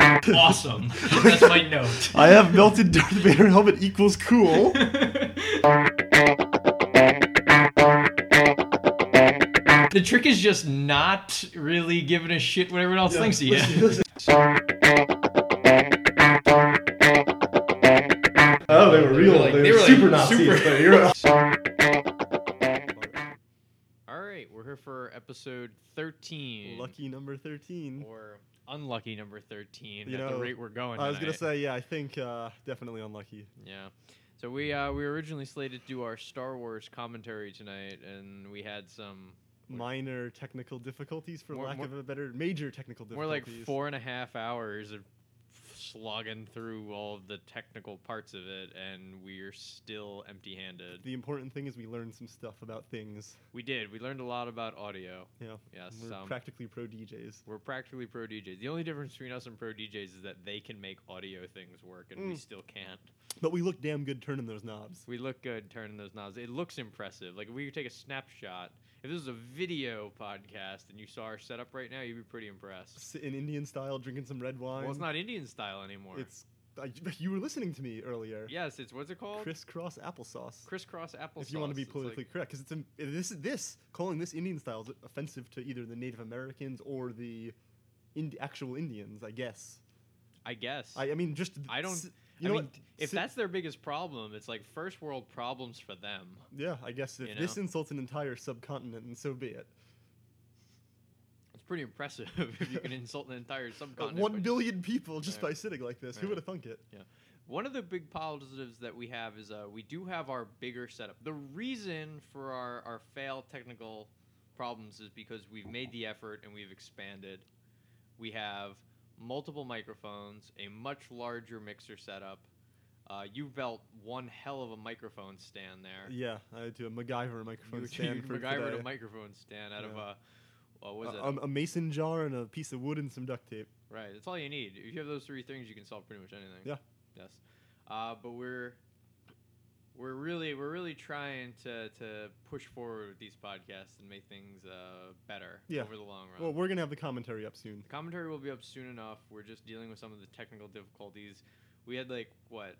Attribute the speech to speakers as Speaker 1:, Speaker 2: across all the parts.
Speaker 1: awesome. That's my note.
Speaker 2: I have melted Darth Vader helmet equals cool.
Speaker 1: The trick is just not really giving a shit what everyone else thinks of you.
Speaker 2: Oh, they were real.
Speaker 1: They were like-
Speaker 2: they,
Speaker 1: they
Speaker 2: were
Speaker 1: were like
Speaker 2: super Nazis.
Speaker 1: super-
Speaker 2: but you're
Speaker 1: All right, we're here for episode 13.
Speaker 2: lucky number thirteen.
Speaker 1: Or unlucky number 13
Speaker 2: You
Speaker 1: at
Speaker 2: know,
Speaker 1: the rate we're going.
Speaker 2: I was gonna
Speaker 1: tonight.
Speaker 2: say, yeah, I think uh, definitely unlucky.
Speaker 1: Yeah. So we uh, we were originally slated to do our Star Wars commentary tonight, and we had some
Speaker 2: Minor technical difficulties, for
Speaker 1: More-
Speaker 2: lack
Speaker 1: more-
Speaker 2: of a better, major technical
Speaker 1: more like
Speaker 2: difficulties.
Speaker 1: four and a half hours of slogging through all of the technical parts of it, and we're still empty-handed.
Speaker 2: The important thing is we learned some stuff about things.
Speaker 1: We did. We learned a lot about audio.
Speaker 2: You know,
Speaker 1: Yes.
Speaker 2: we're
Speaker 1: um,
Speaker 2: practically pro DJs.
Speaker 1: We're practically pro DJs. The only difference between us and pro DJs is that they can make audio things work and we
Speaker 2: Mm.
Speaker 1: still can't.
Speaker 2: But we look damn good turning those knobs.
Speaker 1: We look good turning those knobs. It looks impressive. Like if we could take a snapshot, if this was a video podcast and you saw our setup right now, you'd be pretty impressed.
Speaker 2: Sit in Indian style, drinking some red wine.
Speaker 1: Well, it's not Indian style anymore.
Speaker 2: It's uh, you were listening to me earlier.
Speaker 1: yes, it's what's it called?
Speaker 2: Crisscross applesauce.
Speaker 1: Crisscross applesauce.
Speaker 2: if you want to be
Speaker 1: It's like-
Speaker 2: politically correct, because it's im- this this calling this Indian style is offensive to either the Native Americans or the ind- actual Indians, I guess.
Speaker 1: I guess.
Speaker 2: I, I mean, just th-
Speaker 1: I don't-
Speaker 2: s-
Speaker 1: I
Speaker 2: You know
Speaker 1: mean,
Speaker 2: what?
Speaker 1: if
Speaker 2: Si-
Speaker 1: that's their biggest problem, it's like first world problems for them.
Speaker 2: yeah, I guess if
Speaker 1: you
Speaker 2: this
Speaker 1: know?
Speaker 2: insults an entire subcontinent, and so be it.
Speaker 1: It's pretty impressive if you can insult an entire
Speaker 2: But
Speaker 1: subcontinent. by
Speaker 2: Uh, One
Speaker 1: just-
Speaker 2: billion people just
Speaker 1: Yeah.
Speaker 2: by sitting like this. Who
Speaker 1: Yeah.
Speaker 2: would have thunk it?
Speaker 1: One of the big positives that we have is uh, we do have our bigger setup. The reason for our, our failed technical problems is because we've made the effort and we've expanded. We have multiple microphones, a much larger mixer setup. Uh, you built one hell of a microphone stand there.
Speaker 2: Yeah, I do a MacGyver
Speaker 1: you
Speaker 2: microphone
Speaker 1: you
Speaker 2: stand for
Speaker 1: MacGyvered
Speaker 2: today.
Speaker 1: a microphone stand out of
Speaker 2: Yeah.
Speaker 1: a, what was
Speaker 2: a,
Speaker 1: it?
Speaker 2: um, a mason jar and a piece of wood and some duct tape.
Speaker 1: Right. That's all you need. If you have those three things, you can solve pretty much anything.
Speaker 2: Yeah.
Speaker 1: Yes. Uh, but we're we're really we're really trying to to push forward with these podcasts and make things uh, better
Speaker 2: Yeah.
Speaker 1: over the long run.
Speaker 2: Well, we're gonna have the commentary up soon.
Speaker 1: the commentary will be up soon enough. We're just dealing with some of the technical difficulties. We had like what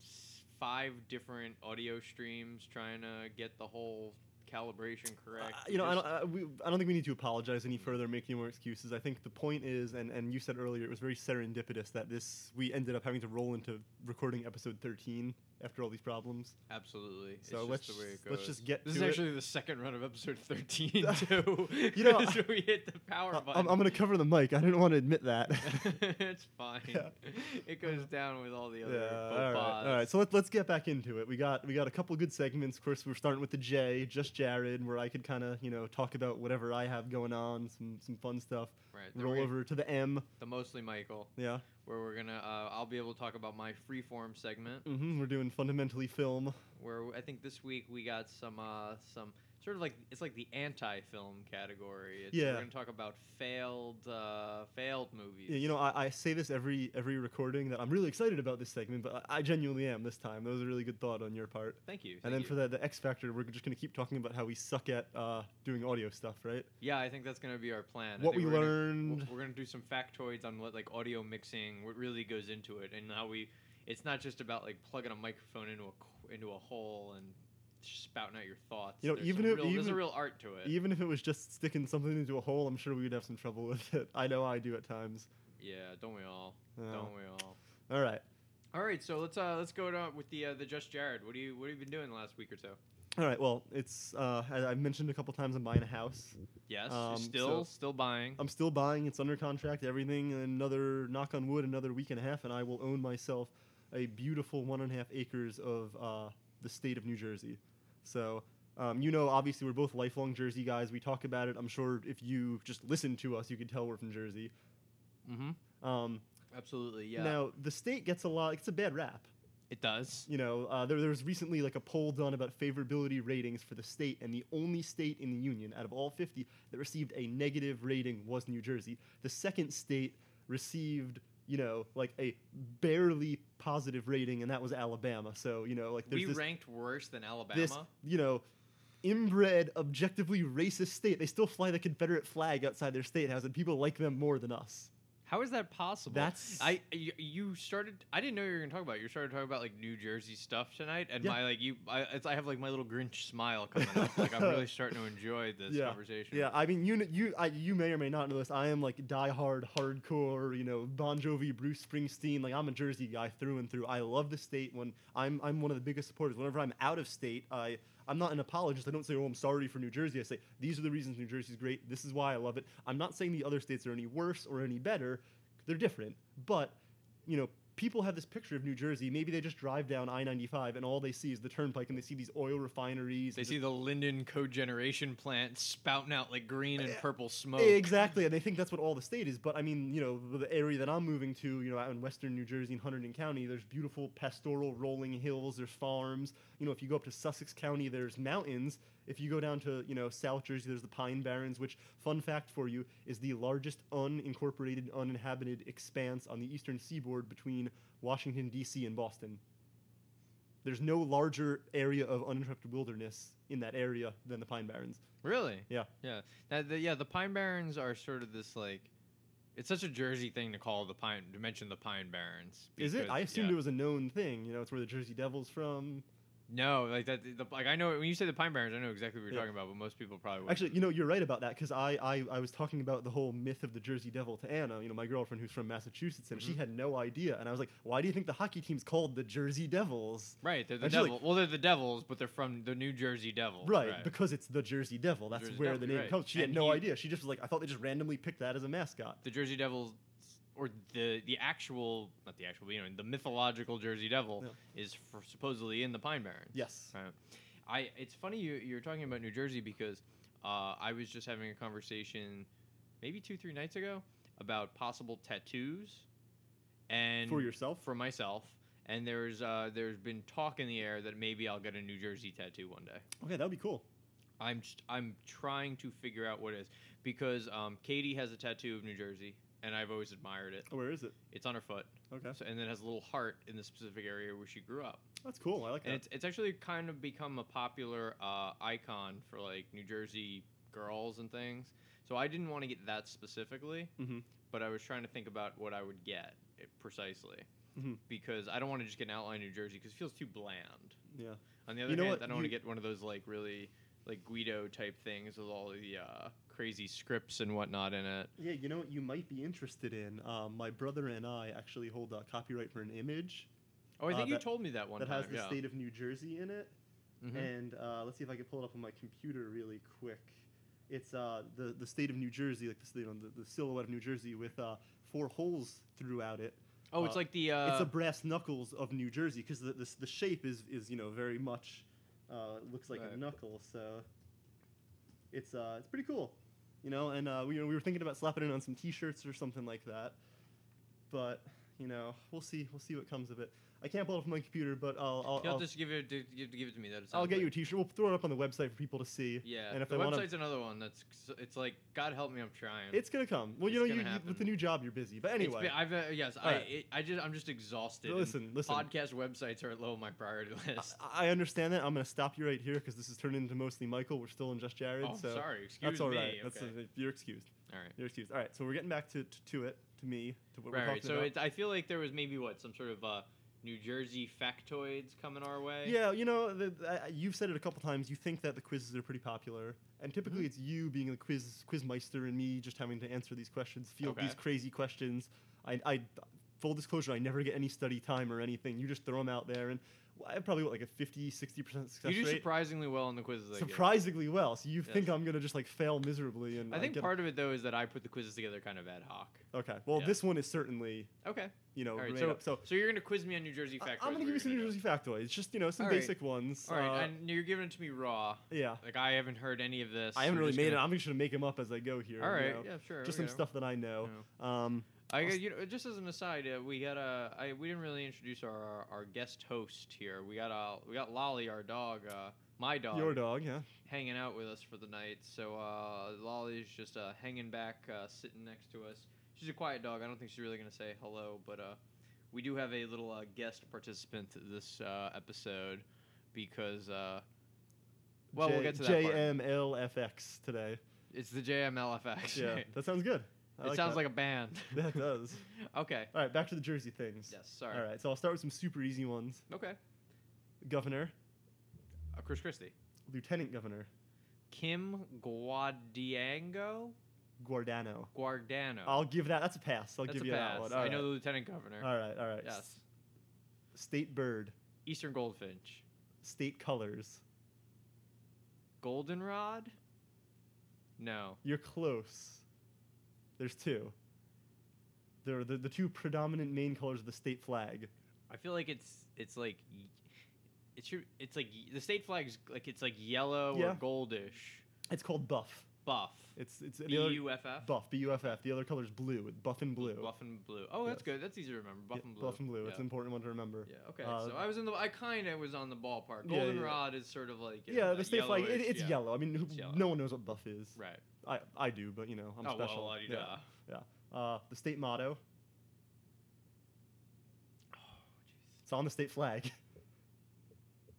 Speaker 1: s- five different audio streams trying to get the whole calibration correct.
Speaker 2: Uh,
Speaker 1: We
Speaker 2: you know, I
Speaker 1: just-
Speaker 2: don't, I, we, I don't think we need to apologize any further, make any more excuses. I think the point is, and, and you said earlier, it was very serendipitous that this we ended up having to roll into recording episode 13 after all these problems.
Speaker 1: Absolutely. It's
Speaker 2: So
Speaker 1: just
Speaker 2: let's
Speaker 1: the way it
Speaker 2: just- let's
Speaker 1: goes.
Speaker 2: just get
Speaker 1: This
Speaker 2: to
Speaker 1: is
Speaker 2: it.
Speaker 1: actually the second run of episode thirteen too.
Speaker 2: You know,
Speaker 1: so we hit the power
Speaker 2: I,
Speaker 1: button.
Speaker 2: am going to cover the mic. I didn't want to admit that.
Speaker 1: it's fine.
Speaker 2: Yeah.
Speaker 1: It goes down with all the
Speaker 2: yeah.
Speaker 1: other
Speaker 2: All
Speaker 1: faux
Speaker 2: right.
Speaker 1: pas.
Speaker 2: All right. So let's let's get back into it. We got we got a couple good segments. Of course, we're starting with the J, just Jared, where I could kind of you know talk about whatever I have going on, some some fun stuff.
Speaker 1: Right, then we're
Speaker 2: Roll
Speaker 1: gonna-
Speaker 2: over to the M.
Speaker 1: The mostly Michael,
Speaker 2: Yeah.
Speaker 1: where we're gonna, uh, I'll be able to talk about my freeform segment.
Speaker 2: hmm We're doing fundamentally film.
Speaker 1: Where I think this week we got some, uh, some sort of like it's like the anti-film category. It's,
Speaker 2: Yeah.
Speaker 1: We're gonna talk about failed, uh, failed movies.
Speaker 2: Yeah, you know, I, I say this every every recording that I'm really excited about this segment, but I, I genuinely am this time. That was a really good thought on your part.
Speaker 1: Thank you.
Speaker 2: and
Speaker 1: thank
Speaker 2: then
Speaker 1: you.
Speaker 2: for the, the X Factor, we're just going to keep talking about how we suck at uh, doing audio stuff, right?
Speaker 1: Yeah, I think that's gonna be our plan. I
Speaker 2: what
Speaker 1: think
Speaker 2: we
Speaker 1: we're gonna-
Speaker 2: learned.
Speaker 1: w- we're gonna do some factoids on what like audio mixing, what really goes into it, and how we. It's not just about like plugging a microphone into a c- into a hole and spouting out your thoughts.
Speaker 2: You know,
Speaker 1: there's
Speaker 2: even
Speaker 1: some
Speaker 2: if-
Speaker 1: real, there's a
Speaker 2: even-
Speaker 1: real art to it.
Speaker 2: Even if it was just sticking something into a hole, I'm sure we would have some trouble with it. I know I do at times.
Speaker 1: yeah, don't we all?
Speaker 2: Uh,
Speaker 1: Don't we all?
Speaker 2: All right.
Speaker 1: All right, so let's uh let's go to, with the uh, the Just Jared. What do you what have you been doing the last week or so?
Speaker 2: All right. Well, it's, uh, I, I've mentioned a couple times I'm buying a house.
Speaker 1: Yes,
Speaker 2: Um,
Speaker 1: still
Speaker 2: so- um,
Speaker 1: still buying.
Speaker 2: I'm still buying. It's under contract. Everything. Another knock on wood. Another week and a half, and I will own myself a beautiful one and a half acres of uh, the state of New Jersey. So, um, you know, obviously we're both lifelong Jersey guys. We talk about it. I'm sure if you just listen to us, you could tell we're from Jersey.
Speaker 1: mm-hmm.
Speaker 2: Um,
Speaker 1: Absolutely, yeah.
Speaker 2: Now the state gets a lot. It's a bad rap.
Speaker 1: it does.
Speaker 2: You know, uh, there, there was recently like a poll done about favorability ratings for the state, and the only state in the union out of all 50 that received a negative rating was New Jersey. The second state received, you know, like a barely positive rating, and that was Alabama. So, you know, like there's
Speaker 1: We
Speaker 2: this,
Speaker 1: ranked worse than Alabama.
Speaker 2: this, you know, inbred, objectively racist state. They still fly the Confederate flag outside their state house, and people like them more than us.
Speaker 1: How is that possible?
Speaker 2: That's-
Speaker 1: I you, you started. I didn't know you were gonna talk about. It. You started talking about like New Jersey stuff tonight, and
Speaker 2: Yeah.
Speaker 1: my like you. I, it's, I have like my little Grinch smile coming up. Like I'm really starting to enjoy this
Speaker 2: Yeah.
Speaker 1: conversation.
Speaker 2: Yeah, I mean, you kn- you I, you may or may not know this. I am like diehard, hardcore, you know, Bon Jovi, Bruce Springsteen. Like I'm a Jersey guy through and through. I love the state. When I'm I'm one of the biggest supporters. Whenever I'm out of state, I I'm not an apologist. I don't say, oh, I'm sorry for New Jersey. I say these are the reasons New Jersey's great. This is why I love it. I'm not saying the other states are any worse or any better. They're different, but you know. People have this picture of New Jersey. Maybe they just drive down I-95 and all they see is the turnpike, and they see these oil refineries.
Speaker 1: They
Speaker 2: and
Speaker 1: see the Linden cogeneration plant spouting out like green and purple smoke.
Speaker 2: Exactly, and they think that's what all the state is. But I mean, you know, the- the area that I'm moving to, you know, out in western New Jersey in Hunterdon County, there's beautiful pastoral rolling hills, there's farms. You know, if you go up to Sussex County, there's mountains. If you go down to, you know, South Jersey, there's the Pine Barrens, which, fun fact for you, is the largest unincorporated, uninhabited expanse on the eastern seaboard between Washington, D.C. and Boston. There's no larger area of uninterrupted wilderness in that area than the Pine Barrens.
Speaker 1: Really?
Speaker 2: Yeah.
Speaker 1: Yeah. Now, the, yeah, the Pine Barrens are sort of this like. It's such a Jersey thing to call the pine to mention the Pine Barrens.
Speaker 2: Is it?
Speaker 1: because-
Speaker 2: I assumed
Speaker 1: yeah.
Speaker 2: it was a known thing. You know, it's where the Jersey Devil's from.
Speaker 1: No, like that. The, like I know when you say the Pine Barrens, I know exactly what you're
Speaker 2: Yeah.
Speaker 1: talking about, but most people probably wouldn't.
Speaker 2: Actually, you know, you're right about that because I, I, I was talking about the whole myth of the Jersey Devil to Anna, you know, my girlfriend who's from Massachusetts, and she
Speaker 1: Mm-hmm.
Speaker 2: had no idea. And I was like, why do you think the hockey team's called the Jersey Devils?
Speaker 1: right? They're the
Speaker 2: actually-
Speaker 1: devil. Well, they're the Devils, but they're from the New Jersey Devil.
Speaker 2: Right, because it's the Jersey Devil. That's
Speaker 1: Jersey
Speaker 2: where
Speaker 1: Devil,
Speaker 2: the name
Speaker 1: right.
Speaker 2: comes. She
Speaker 1: And
Speaker 2: had no
Speaker 1: he-
Speaker 2: idea. She just was like, I thought they just randomly picked that as a mascot.
Speaker 1: the Jersey Devils, or the the actual, not the actual, but, you know, the mythological Jersey Devil is for supposedly in the Pine Barrens.
Speaker 2: Yes.
Speaker 1: Right. I it's funny you you're talking about New Jersey because uh, I was just having a conversation maybe two three nights ago about possible tattoos and
Speaker 2: For yourself?
Speaker 1: for myself and there's uh, there's been talk in the air that maybe I'll get a New Jersey tattoo one day.
Speaker 2: Okay, that would be cool.
Speaker 1: I'm just, I'm trying to figure out what it is because um, Katie has a tattoo of New Jersey and I've always admired it.
Speaker 2: Oh, where is it?
Speaker 1: It's on her foot
Speaker 2: Okay.
Speaker 1: so, and then has a little heart in the specific area where she grew up.
Speaker 2: That's cool. I like
Speaker 1: And
Speaker 2: that.
Speaker 1: it's, it's actually kind of become a popular uh, icon for like New Jersey girls and things. So I didn't want to get that specifically,
Speaker 2: Mhm.
Speaker 1: but I was trying to think about what I would get it precisely
Speaker 2: Mhm.
Speaker 1: because I don't want to just get an outline New Jersey because it feels too bland.
Speaker 2: Yeah.
Speaker 1: On the other
Speaker 2: know
Speaker 1: hand,
Speaker 2: what?
Speaker 1: I don't want to
Speaker 2: You-
Speaker 1: get one of those like really like Guido type things with all the uh, crazy scripts and whatnot in it.
Speaker 2: Yeah, you know what you might be interested in? Um, my brother and I actually hold uh, copyright for an image
Speaker 1: Oh, I
Speaker 2: Uh,
Speaker 1: think you
Speaker 2: that-
Speaker 1: told me that one
Speaker 2: that
Speaker 1: time.
Speaker 2: has the
Speaker 1: yeah.
Speaker 2: state of New Jersey in it.
Speaker 1: Mhm.
Speaker 2: And uh, let's see if I can pull it up on my computer really quick. It's uh, the the state of New Jersey, like the, s- you know, the, the silhouette of New Jersey with uh, four holes throughout it.
Speaker 1: oh, it's
Speaker 2: uh,
Speaker 1: like the uh,
Speaker 2: it's a brass knuckles of New Jersey because the, the s- the shape is is you know very much uh, it looks like
Speaker 1: Right.
Speaker 2: a knuckle. So it's uh, it's pretty cool, you know. And uh, we we were thinking about slapping it on some T-shirts or something like that, but you know we'll see we'll see what comes of it. I can't pull it up on my computer, but I'll I'll,
Speaker 1: you'll
Speaker 2: I'll,
Speaker 1: just give it to, give, give it to me. That it
Speaker 2: I'll
Speaker 1: sounds
Speaker 2: get
Speaker 1: like.
Speaker 2: you a T-shirt. We'll throw it up on the website for people to see.
Speaker 1: Yeah,
Speaker 2: And if
Speaker 1: the
Speaker 2: they wanna-
Speaker 1: website's another one that's it's like God help me, I'm trying.
Speaker 2: It's gonna come. Well, you
Speaker 1: It's
Speaker 2: know, you,
Speaker 1: gonna
Speaker 2: you- with the
Speaker 1: happen.
Speaker 2: new job, you're busy. But
Speaker 1: It's
Speaker 2: anyway,
Speaker 1: been- I've uh, yes, I
Speaker 2: Alright.
Speaker 1: it, I just I'm just exhausted. and
Speaker 2: listen, listen.
Speaker 1: podcast websites are low on my priority list.
Speaker 2: I, I understand that. I'm gonna stop you right here because this has turned into mostly Michael. We're still in just Jared.
Speaker 1: oh, I'm
Speaker 2: so
Speaker 1: sorry, excuse
Speaker 2: that's all right.
Speaker 1: me.
Speaker 2: That's
Speaker 1: okay.
Speaker 2: uh, you're excused.
Speaker 1: all right.
Speaker 2: You're excused. All right. So we're getting back to to, to it to me to what
Speaker 1: Right,
Speaker 2: we're
Speaker 1: right.
Speaker 2: talking
Speaker 1: So
Speaker 2: about.
Speaker 1: it, I feel like there was maybe what some sort of uh, New Jersey factoids coming our way.
Speaker 2: yeah, you know, the, the- I- you've said it a couple times. You think that the quizzes are pretty popular, and typically
Speaker 1: Mm-hmm.
Speaker 2: it's you being the quiz quizmeister and me just having to answer these questions, field
Speaker 1: Okay.
Speaker 2: these crazy questions. I, I, full disclosure, I never get any study time or anything. You just throw them out there, and I have probably what, like a 50, 60 percent success
Speaker 1: you do
Speaker 2: rate.
Speaker 1: surprisingly well on the quizzes. I give.
Speaker 2: surprisingly well. So you think
Speaker 1: Yes.
Speaker 2: I'm gonna just like fail miserably? And
Speaker 1: I think
Speaker 2: get-
Speaker 1: part of it though is that I put the quizzes together kind of ad hoc.
Speaker 2: Okay. Well,
Speaker 1: yeah.
Speaker 2: this one is certainly
Speaker 1: Okay.
Speaker 2: you know
Speaker 1: All right.
Speaker 2: right
Speaker 1: So,
Speaker 2: up. So
Speaker 1: so you're gonna quiz me on New Jersey
Speaker 2: I-
Speaker 1: factoids.
Speaker 2: I'm gonna give
Speaker 1: we're
Speaker 2: you some New
Speaker 1: do.
Speaker 2: Jersey factoids. Just you know some
Speaker 1: All right.
Speaker 2: basic ones.
Speaker 1: All right,
Speaker 2: Uh,
Speaker 1: and you're giving it to me raw.
Speaker 2: yeah.
Speaker 1: Like I haven't heard any of this.
Speaker 2: I haven't
Speaker 1: We're
Speaker 2: really
Speaker 1: just
Speaker 2: made it.
Speaker 1: gonna-
Speaker 2: I'm just gonna make them up as I go here.
Speaker 1: All
Speaker 2: you
Speaker 1: right,
Speaker 2: know.
Speaker 1: yeah, sure.
Speaker 2: Just
Speaker 1: okay.
Speaker 2: some stuff that I know.
Speaker 1: Mm.
Speaker 2: Um,
Speaker 1: I,
Speaker 2: I'll
Speaker 1: got-
Speaker 2: s-
Speaker 1: you know, just as an aside, uh, we got uh, I, we didn't really introduce our, our, our guest host here. We got uh, we got Lolly, our dog, uh, my dog,
Speaker 2: your dog, yeah.
Speaker 1: hanging out with us for the night. So uh, Lolly's just uh, hanging back, uh, sitting next to us. She's a quiet dog. I don't think she's really gonna say hello, but uh, we do have a little uh, guest participant this uh, episode because uh, well, we'll get to that part.
Speaker 2: JMLFX today.
Speaker 1: it's the JMLFX.
Speaker 2: Yeah, that sounds good. I
Speaker 1: it
Speaker 2: like
Speaker 1: sounds
Speaker 2: that.
Speaker 1: like a band.
Speaker 2: That does.
Speaker 1: okay.
Speaker 2: All right, back to the Jersey things.
Speaker 1: Yes. Sorry.
Speaker 2: All right, so I'll start with some super easy ones.
Speaker 1: Okay.
Speaker 2: Governor,
Speaker 1: Uh, Chris Christie.
Speaker 2: Lieutenant Governor,
Speaker 1: Kim Guadiango
Speaker 2: Guardano.
Speaker 1: Guardano.
Speaker 2: I'll give that. That's a pass. I'll
Speaker 1: That's
Speaker 2: give
Speaker 1: a
Speaker 2: you
Speaker 1: pass.
Speaker 2: that one.
Speaker 1: I
Speaker 2: All right.
Speaker 1: know the lieutenant governor.
Speaker 2: All right. All right.
Speaker 1: Yes.
Speaker 2: State bird,
Speaker 1: Eastern goldfinch.
Speaker 2: state colors.
Speaker 1: Goldenrod? No.
Speaker 2: You're close. There's two. They're the, the two predominant main colors of the state flag.
Speaker 1: I feel like it's it's like y- it should it's like y- the state flag's like it's like yellow
Speaker 2: Yeah.
Speaker 1: or goldish.
Speaker 2: It's called buff.
Speaker 1: Buff.
Speaker 2: It's it's
Speaker 1: B
Speaker 2: the other,
Speaker 1: U F F.
Speaker 2: buff. B U F F. The other color's blue. It's buff and blue.
Speaker 1: Buff and blue. Oh, that's
Speaker 2: Yes.
Speaker 1: good. That's easy to remember. Buff
Speaker 2: Yeah,
Speaker 1: and blue.
Speaker 2: Buff and blue. It's
Speaker 1: Yeah.
Speaker 2: an important one to remember.
Speaker 1: Yeah. Okay.
Speaker 2: Uh,
Speaker 1: so I was in the. I kind of was on the ballpark.
Speaker 2: Yeah, yeah, yeah.
Speaker 1: Goldenrod is sort of like uh,
Speaker 2: Yeah, the state flag. It,
Speaker 1: yellowish-
Speaker 2: it's
Speaker 1: yeah.
Speaker 2: yellow. I mean, who,
Speaker 1: It's yellow.
Speaker 2: no one knows what buff is.
Speaker 1: Right.
Speaker 2: I I do, but you know, I'm
Speaker 1: oh
Speaker 2: special.
Speaker 1: well.
Speaker 2: yeah.
Speaker 1: Yeah.
Speaker 2: Uh, the state motto.
Speaker 1: Oh,
Speaker 2: It's on the state flag.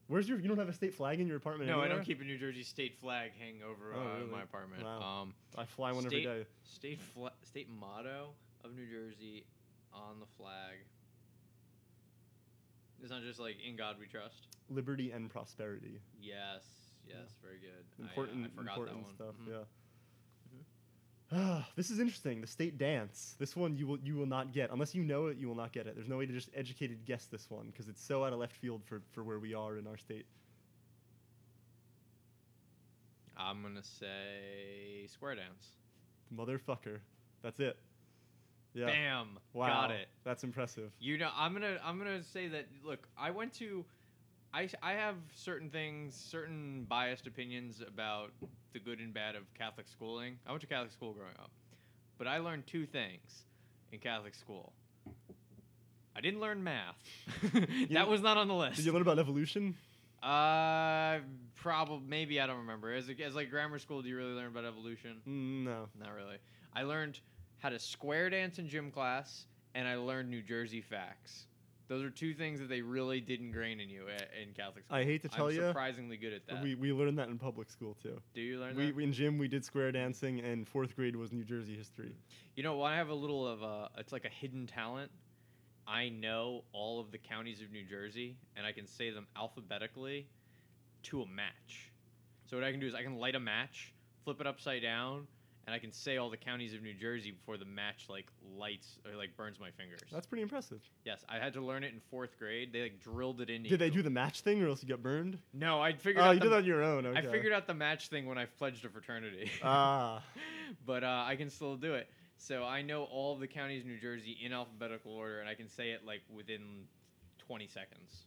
Speaker 2: Where's your? You don't have a state flag in your
Speaker 1: jeez.
Speaker 2: apartment.
Speaker 1: no, I
Speaker 2: anywhere?
Speaker 1: don't keep a New Jersey state flag hanging over
Speaker 2: Oh,
Speaker 1: uh,
Speaker 2: really?
Speaker 1: my apartment.
Speaker 2: Wow.
Speaker 1: Um,
Speaker 2: I fly one
Speaker 1: State-
Speaker 2: every day.
Speaker 1: state fla- state motto of New Jersey on the flag. It's not just like "In God We Trust."
Speaker 2: Liberty and prosperity.
Speaker 1: Yes, yes,
Speaker 2: Yeah.
Speaker 1: very good.
Speaker 2: Important,
Speaker 1: I, uh, I forgot
Speaker 2: important
Speaker 1: that one. Mm-hmm.
Speaker 2: stuff.
Speaker 1: Mhm.
Speaker 2: Yeah. this is interesting. The state dance. This one you will you will not get unless you know it. You will not get it. There's no way to just educated guess this one because it's so out of left field for, for where we are in our state.
Speaker 1: I'm gonna say square dance.
Speaker 2: Motherfucker. That's it. Yeah.
Speaker 1: Bam!
Speaker 2: Wow.
Speaker 1: Got it.
Speaker 2: That's impressive.
Speaker 1: You know, I'm gonna I'm gonna say that. Look, I went to, I I have certain things, certain biased opinions about the good and bad of Catholic schooling. I went to Catholic school growing up, but I learned two things in Catholic school. I didn't learn math.
Speaker 2: know-
Speaker 1: that was not on the list.
Speaker 2: Did you learn about evolution?
Speaker 1: uh, probably maybe I don't remember. As a, as like grammar school, do you really learn about evolution?
Speaker 2: Mm, No.
Speaker 1: Not really. I learned how to square dance in gym class, and I learned New Jersey facts. Those are two things that they really did ingrain in you at, in Catholic school.
Speaker 2: I hate to tell
Speaker 1: I'm
Speaker 2: you,
Speaker 1: surprisingly good at that.
Speaker 2: we, we learned that in public school too.
Speaker 1: Do you learn
Speaker 2: We,
Speaker 1: that?
Speaker 2: we- in gym we did square dancing, and fourth grade was New Jersey history.
Speaker 1: you know, I have a little of a. It's like a hidden talent. I know all of the counties of New Jersey, and I can say them alphabetically to a match. So what I can do is I can light a match, flip it upside down, and I can say all the counties of New Jersey before the match like lights or like burns my fingers.
Speaker 2: That's pretty impressive.
Speaker 1: Yes, I had to learn it in fourth grade. They like drilled it into.
Speaker 2: Did
Speaker 1: you.
Speaker 2: they do the match thing, or else you got burned?
Speaker 1: No, I figured.
Speaker 2: Oh,
Speaker 1: out
Speaker 2: you
Speaker 1: the,
Speaker 2: did that on your own. Okay.
Speaker 1: I figured out the match thing when I pledged a fraternity.
Speaker 2: Ah,
Speaker 1: but uh, I can still do it. So I know all of the counties in New Jersey in alphabetical order, and I can say it like within 20 seconds.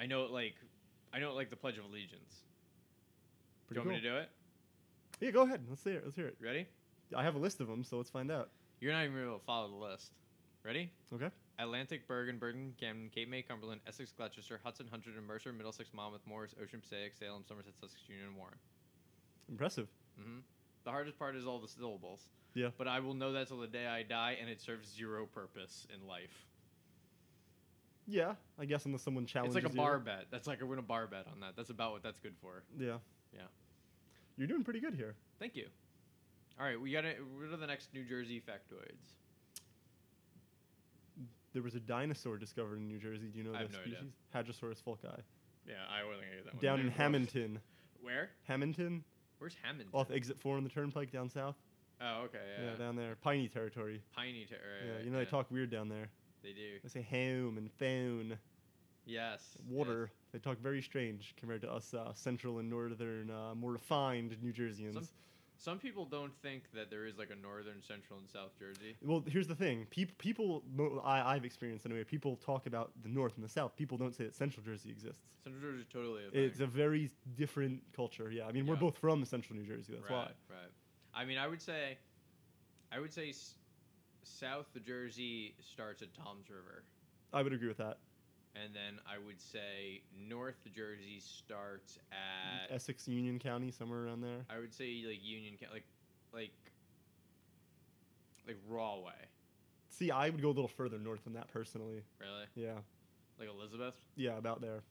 Speaker 1: I know it like, I know it like the Pledge of Allegiance. do you
Speaker 2: pretty cool.
Speaker 1: want me to do it?
Speaker 2: Yeah, go ahead. Let's hear it. Let's hear it.
Speaker 1: You Ready?
Speaker 2: I have a list of them, so let's find out.
Speaker 1: You're not even gonna be able to follow the list. Ready?
Speaker 2: Okay.
Speaker 1: Atlantic, Bergen, Bergen, Camden, Cape May, Cumberland, Essex, Gloucester, Hudson, Hunterdon, Mercer, Middlesex, Monmouth, Morris, Ocean, Passaic, Salem, Somerset, Sussex, Union, and Warren.
Speaker 2: Impressive.
Speaker 1: hmm The hardest part is all the syllables.
Speaker 2: Yeah.
Speaker 1: But I will know that till the day I die, and it serves zero purpose in life.
Speaker 2: Yeah, I guess unless someone
Speaker 1: It's
Speaker 2: challenges
Speaker 1: like a
Speaker 2: you.
Speaker 1: bar bet. That's like I win a bar bet on that. That's about what that's good for.
Speaker 2: Yeah.
Speaker 1: Yeah.
Speaker 2: You're doing pretty good here.
Speaker 1: Thank you. All right, we got to What are the next New Jersey factoids?
Speaker 2: There was a dinosaur discovered in New Jersey. Do you know
Speaker 1: I
Speaker 2: that
Speaker 1: have no idea.
Speaker 2: species? Hadrosaurus fulci.
Speaker 1: Yeah, I wasn't gonna get that one.
Speaker 2: Down in
Speaker 1: Maybe-
Speaker 2: Hamilton.
Speaker 1: Where?
Speaker 2: Hamilton,
Speaker 1: Where's Hammond?
Speaker 2: off exit four on the turnpike down south.
Speaker 1: Oh, okay. Yeah.
Speaker 2: Yeah, down there. Piney territory.
Speaker 1: Piney. Ter- right,
Speaker 2: yeah,
Speaker 1: right,
Speaker 2: you know they talk weird down there.
Speaker 1: They do.
Speaker 2: They say home and phone,
Speaker 1: Yes.
Speaker 2: water.
Speaker 1: yes.
Speaker 2: They talk very strange compared to us uh, central and northern, uh, more refined New Jerseyans.
Speaker 1: Some people don't think that there is like a northern, central, and south Jersey.
Speaker 2: Well, here's the thing. Peop people, mo- I, I've experienced anyway. People talk about the North and the South. People don't say that Central Jersey exists.
Speaker 1: Central Jersey is totally a thing.
Speaker 2: It's a very different culture. Yeah, I mean, we're
Speaker 1: Yeah.
Speaker 2: both from Central New Jersey. That's
Speaker 1: right, Right. I mean, I would say, I would say, s- South Jersey starts at Tom's River,
Speaker 2: why. I would agree with that.
Speaker 1: and then I would say North Jersey starts at.
Speaker 2: Essex, Union County, somewhere around there.
Speaker 1: I would say like Union, Ca- like, like, like Rawway.
Speaker 2: See, I would go a little further north than that personally.
Speaker 1: Really,
Speaker 2: Yeah,
Speaker 1: like Elizabeth.
Speaker 2: yeah, about there.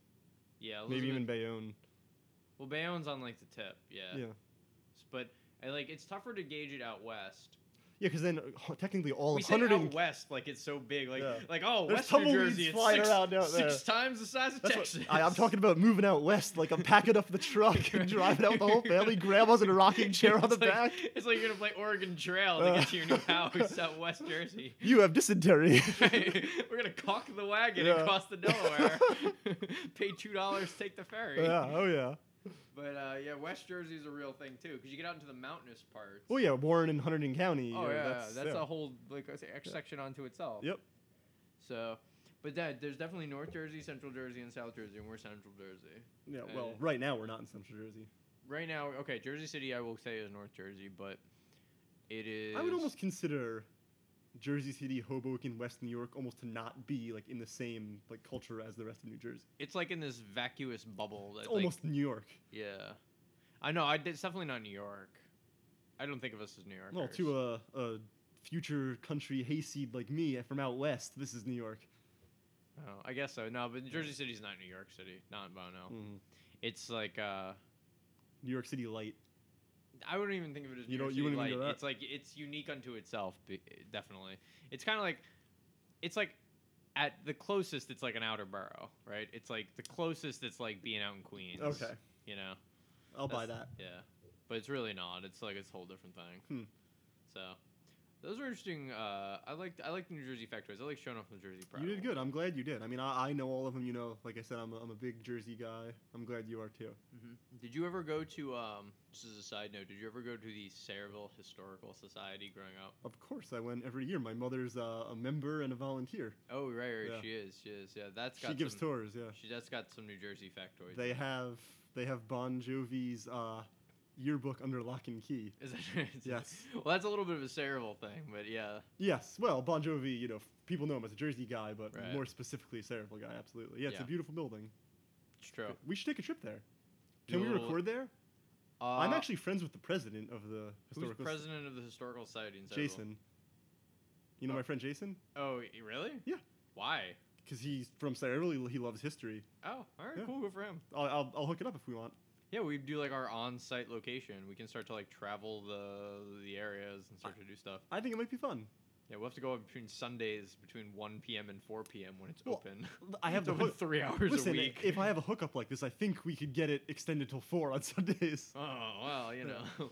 Speaker 1: Yeah, Elizabeth.
Speaker 2: Maybe even Bayonne.
Speaker 1: Well, Bayonne's on like the tip. Yeah.
Speaker 2: Yeah.
Speaker 1: S- But I, like, it's tougher to gauge it out west.
Speaker 2: Yeah, because then uh, hu- technically all
Speaker 1: we
Speaker 2: of
Speaker 1: say out
Speaker 2: 100 and
Speaker 1: west like it's so big, like
Speaker 2: Yeah.
Speaker 1: like oh,
Speaker 2: There's
Speaker 1: West New
Speaker 2: tumbleweeds
Speaker 1: Jersey, it's
Speaker 2: flying
Speaker 1: six,
Speaker 2: around out
Speaker 1: six times the size of
Speaker 2: That's what-
Speaker 1: Texas.
Speaker 2: I, am talking about moving out west. Like I'm packing up the truck and driving out with the whole family. Grandma's in a rocking chair on the
Speaker 1: It's like-
Speaker 2: back.
Speaker 1: It's like you're gonna play Oregon Trail to
Speaker 2: Uh.
Speaker 1: get to your new house out West Jersey.
Speaker 2: You have dysentery.
Speaker 1: Right. We're gonna caulk the wagon
Speaker 2: Yeah.
Speaker 1: across the Delaware. Pay two dollars, take the ferry.
Speaker 2: yeah. Oh yeah.
Speaker 1: But uh, yeah, West Jersey is a real thing too, because you get out into the mountainous parts.
Speaker 2: Oh yeah. Warren and Hunterdon County.
Speaker 1: Oh
Speaker 2: or
Speaker 1: yeah,
Speaker 2: That's,
Speaker 1: that's,
Speaker 2: yeah.
Speaker 1: a whole like I say, ex- section onto itself.
Speaker 2: Yep.
Speaker 1: So, but that there's definitely North Jersey, Central Jersey, and South Jersey, and we're Central Jersey.
Speaker 2: Yeah.
Speaker 1: uh,
Speaker 2: Well, right now we're not in Central Jersey.
Speaker 1: Right now, okay, Jersey City I will say is North Jersey, but it is.
Speaker 2: I would almost consider Jersey City, Hoboken, West New York almost to not be like in the same like culture as the rest of New Jersey.
Speaker 1: It's like in this vacuous bubble. That,
Speaker 2: It's
Speaker 1: like,
Speaker 2: almost New York.
Speaker 1: Yeah, I know. I it's definitely not New York. I don't think of us as New Yorkers.
Speaker 2: Well, to a, a future country hayseed like me from out west, this is New York.
Speaker 1: Oh, I guess so. No, but Jersey City's not New York City. Not by no.
Speaker 2: Mhm.
Speaker 1: It's like uh,
Speaker 2: New York City light.
Speaker 1: I wouldn't even think of it as
Speaker 2: You
Speaker 1: New
Speaker 2: don't-
Speaker 1: York
Speaker 2: you
Speaker 1: City
Speaker 2: wouldn't even
Speaker 1: light.
Speaker 2: go that?
Speaker 1: It's like it's unique unto itself. be- Definitely, it's kind of like it's like at the closest it's like an outer borough, right? It's like the closest it's like being out in Queens.
Speaker 2: Okay,
Speaker 1: you know.
Speaker 2: I'll buy that.
Speaker 1: That's- Yeah, but it's really not. It's like it's a whole different thing.
Speaker 2: Hmm.
Speaker 1: So those are interesting. Uh, I liked I liked New Jersey factoids. I like showing off New Jersey pride.
Speaker 2: You did good. I'm glad you did. I mean, I, I know all of them. You know, like I said, I'm a, I'm a big Jersey guy. I'm glad you are too.
Speaker 1: hmm Did you ever go to? Um, this is a side note. Did you ever go to the Sayreville Historical Society growing up?
Speaker 2: Of course, I went every year. My mother's uh, a member and a volunteer.
Speaker 1: Oh right, right
Speaker 2: Yeah.
Speaker 1: she is. She is. Yeah, that's got.
Speaker 2: she gives
Speaker 1: some,
Speaker 2: tours. Yeah,
Speaker 1: She that's got some New Jersey factoids.
Speaker 2: they have they have Bon Jovi's uh, yearbook under lock and key.
Speaker 1: Is that right?
Speaker 2: Yes.
Speaker 1: Well, that's a little bit of a Sayreville thing, but yeah.
Speaker 2: Yes, well, Bon Jovi. You know, f- people know him as a Jersey guy, but
Speaker 1: Right.
Speaker 2: more specifically, a Sayreville guy. Absolutely. Yeah, it's
Speaker 1: Yeah.
Speaker 2: a beautiful building.
Speaker 1: It's true.
Speaker 2: We should take a trip there. Can we
Speaker 1: You'll-
Speaker 2: record there?
Speaker 1: Uh,
Speaker 2: I'm actually friends with the president of the
Speaker 1: who's
Speaker 2: historical. Society.
Speaker 1: president of the historical society in Sayreville?
Speaker 2: Jason. You know
Speaker 1: Oh.
Speaker 2: my friend Jason?
Speaker 1: Oh, y- really?
Speaker 2: Yeah.
Speaker 1: Why?
Speaker 2: Because he's from Sayreville. He loves history.
Speaker 1: Oh, all right,
Speaker 2: Yeah.
Speaker 1: cool, good for him.
Speaker 2: I'll, I'll, I'll hook it up if we want.
Speaker 1: Yeah, we do like our on-site location. We can start to like travel the the areas and start to do stuff.
Speaker 2: I think it might be fun.
Speaker 1: Yeah, we'll have to go up between Sundays between 1 p.m. and 4 p.m. when it's
Speaker 2: Well,
Speaker 1: open.
Speaker 2: I
Speaker 1: it's
Speaker 2: have the
Speaker 1: open
Speaker 2: hook.
Speaker 1: three hours
Speaker 2: Listen,
Speaker 1: a week.
Speaker 2: if I have a hookup like this, I think we could get it extended till four on Sundays.
Speaker 1: oh well, you
Speaker 2: Yeah.
Speaker 1: know.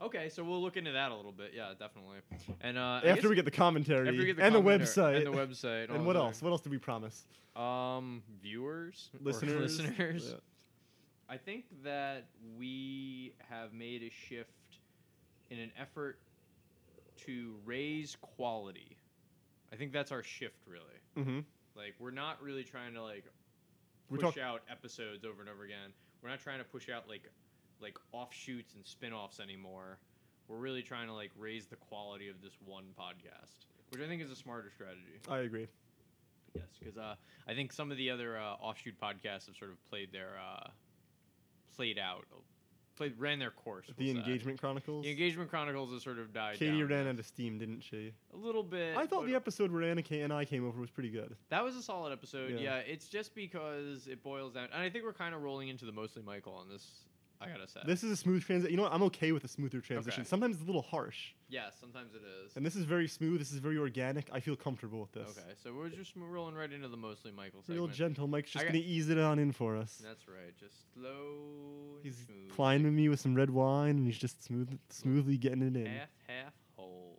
Speaker 1: okay, so we'll look into that a little bit. Yeah, definitely. And uh, I
Speaker 2: after
Speaker 1: guess
Speaker 2: we get the commentary
Speaker 1: after we get the
Speaker 2: and
Speaker 1: commentary-
Speaker 2: the
Speaker 1: and
Speaker 2: website.
Speaker 1: the website, all
Speaker 2: And what
Speaker 1: those
Speaker 2: else? What else did we promise?
Speaker 1: other- Um, viewers, or
Speaker 2: Listeners.
Speaker 1: listeners.
Speaker 2: Yeah.
Speaker 1: I think that we have made a shift in an effort to raise quality. I think that's our shift, really.
Speaker 2: Mhm.
Speaker 1: Like, we're not really trying to like
Speaker 2: We
Speaker 1: push
Speaker 2: talk-
Speaker 1: out episodes over and over again. We're not trying to push out like like offshoots and spin-offs anymore. We're really trying to like raise the quality of this one podcast, which I think is a smarter strategy.
Speaker 2: I agree.
Speaker 1: Yes, because uh, I think some of the other uh, offshoot podcasts have sort of played their uh, played out, played ran their course.
Speaker 2: The
Speaker 1: we'll say.
Speaker 2: Engagement Chronicles.
Speaker 1: The engagement chronicles has sort of died.
Speaker 2: Katie
Speaker 1: down.
Speaker 2: ran out of steam, didn't she?
Speaker 1: a little bit.
Speaker 2: I thought
Speaker 1: but
Speaker 2: the episode where Anna ca- and I came over was pretty good.
Speaker 1: that was a solid episode.
Speaker 2: Yeah.
Speaker 1: Yeah. it's just because it boils down, and I think we're kind of rolling into the mostly Michael on this. I gotta say,
Speaker 2: This is a smooth transition. You know what? I'm okay with a smoother transition.
Speaker 1: Okay.
Speaker 2: Sometimes it's a little harsh.
Speaker 1: yeah, sometimes it is.
Speaker 2: And this is very smooth. This is very organic. I feel comfortable with this.
Speaker 1: Okay, so we're just rolling right into the mostly Michael segment.
Speaker 2: Real gentle. Mike's just
Speaker 1: I got-
Speaker 2: gonna ease it on in for us.
Speaker 1: That's right, just slow. and
Speaker 2: He's
Speaker 1: smooth.
Speaker 2: plying with me with some red wine, and he's just smooth, smoothly getting it in.
Speaker 1: half half whole.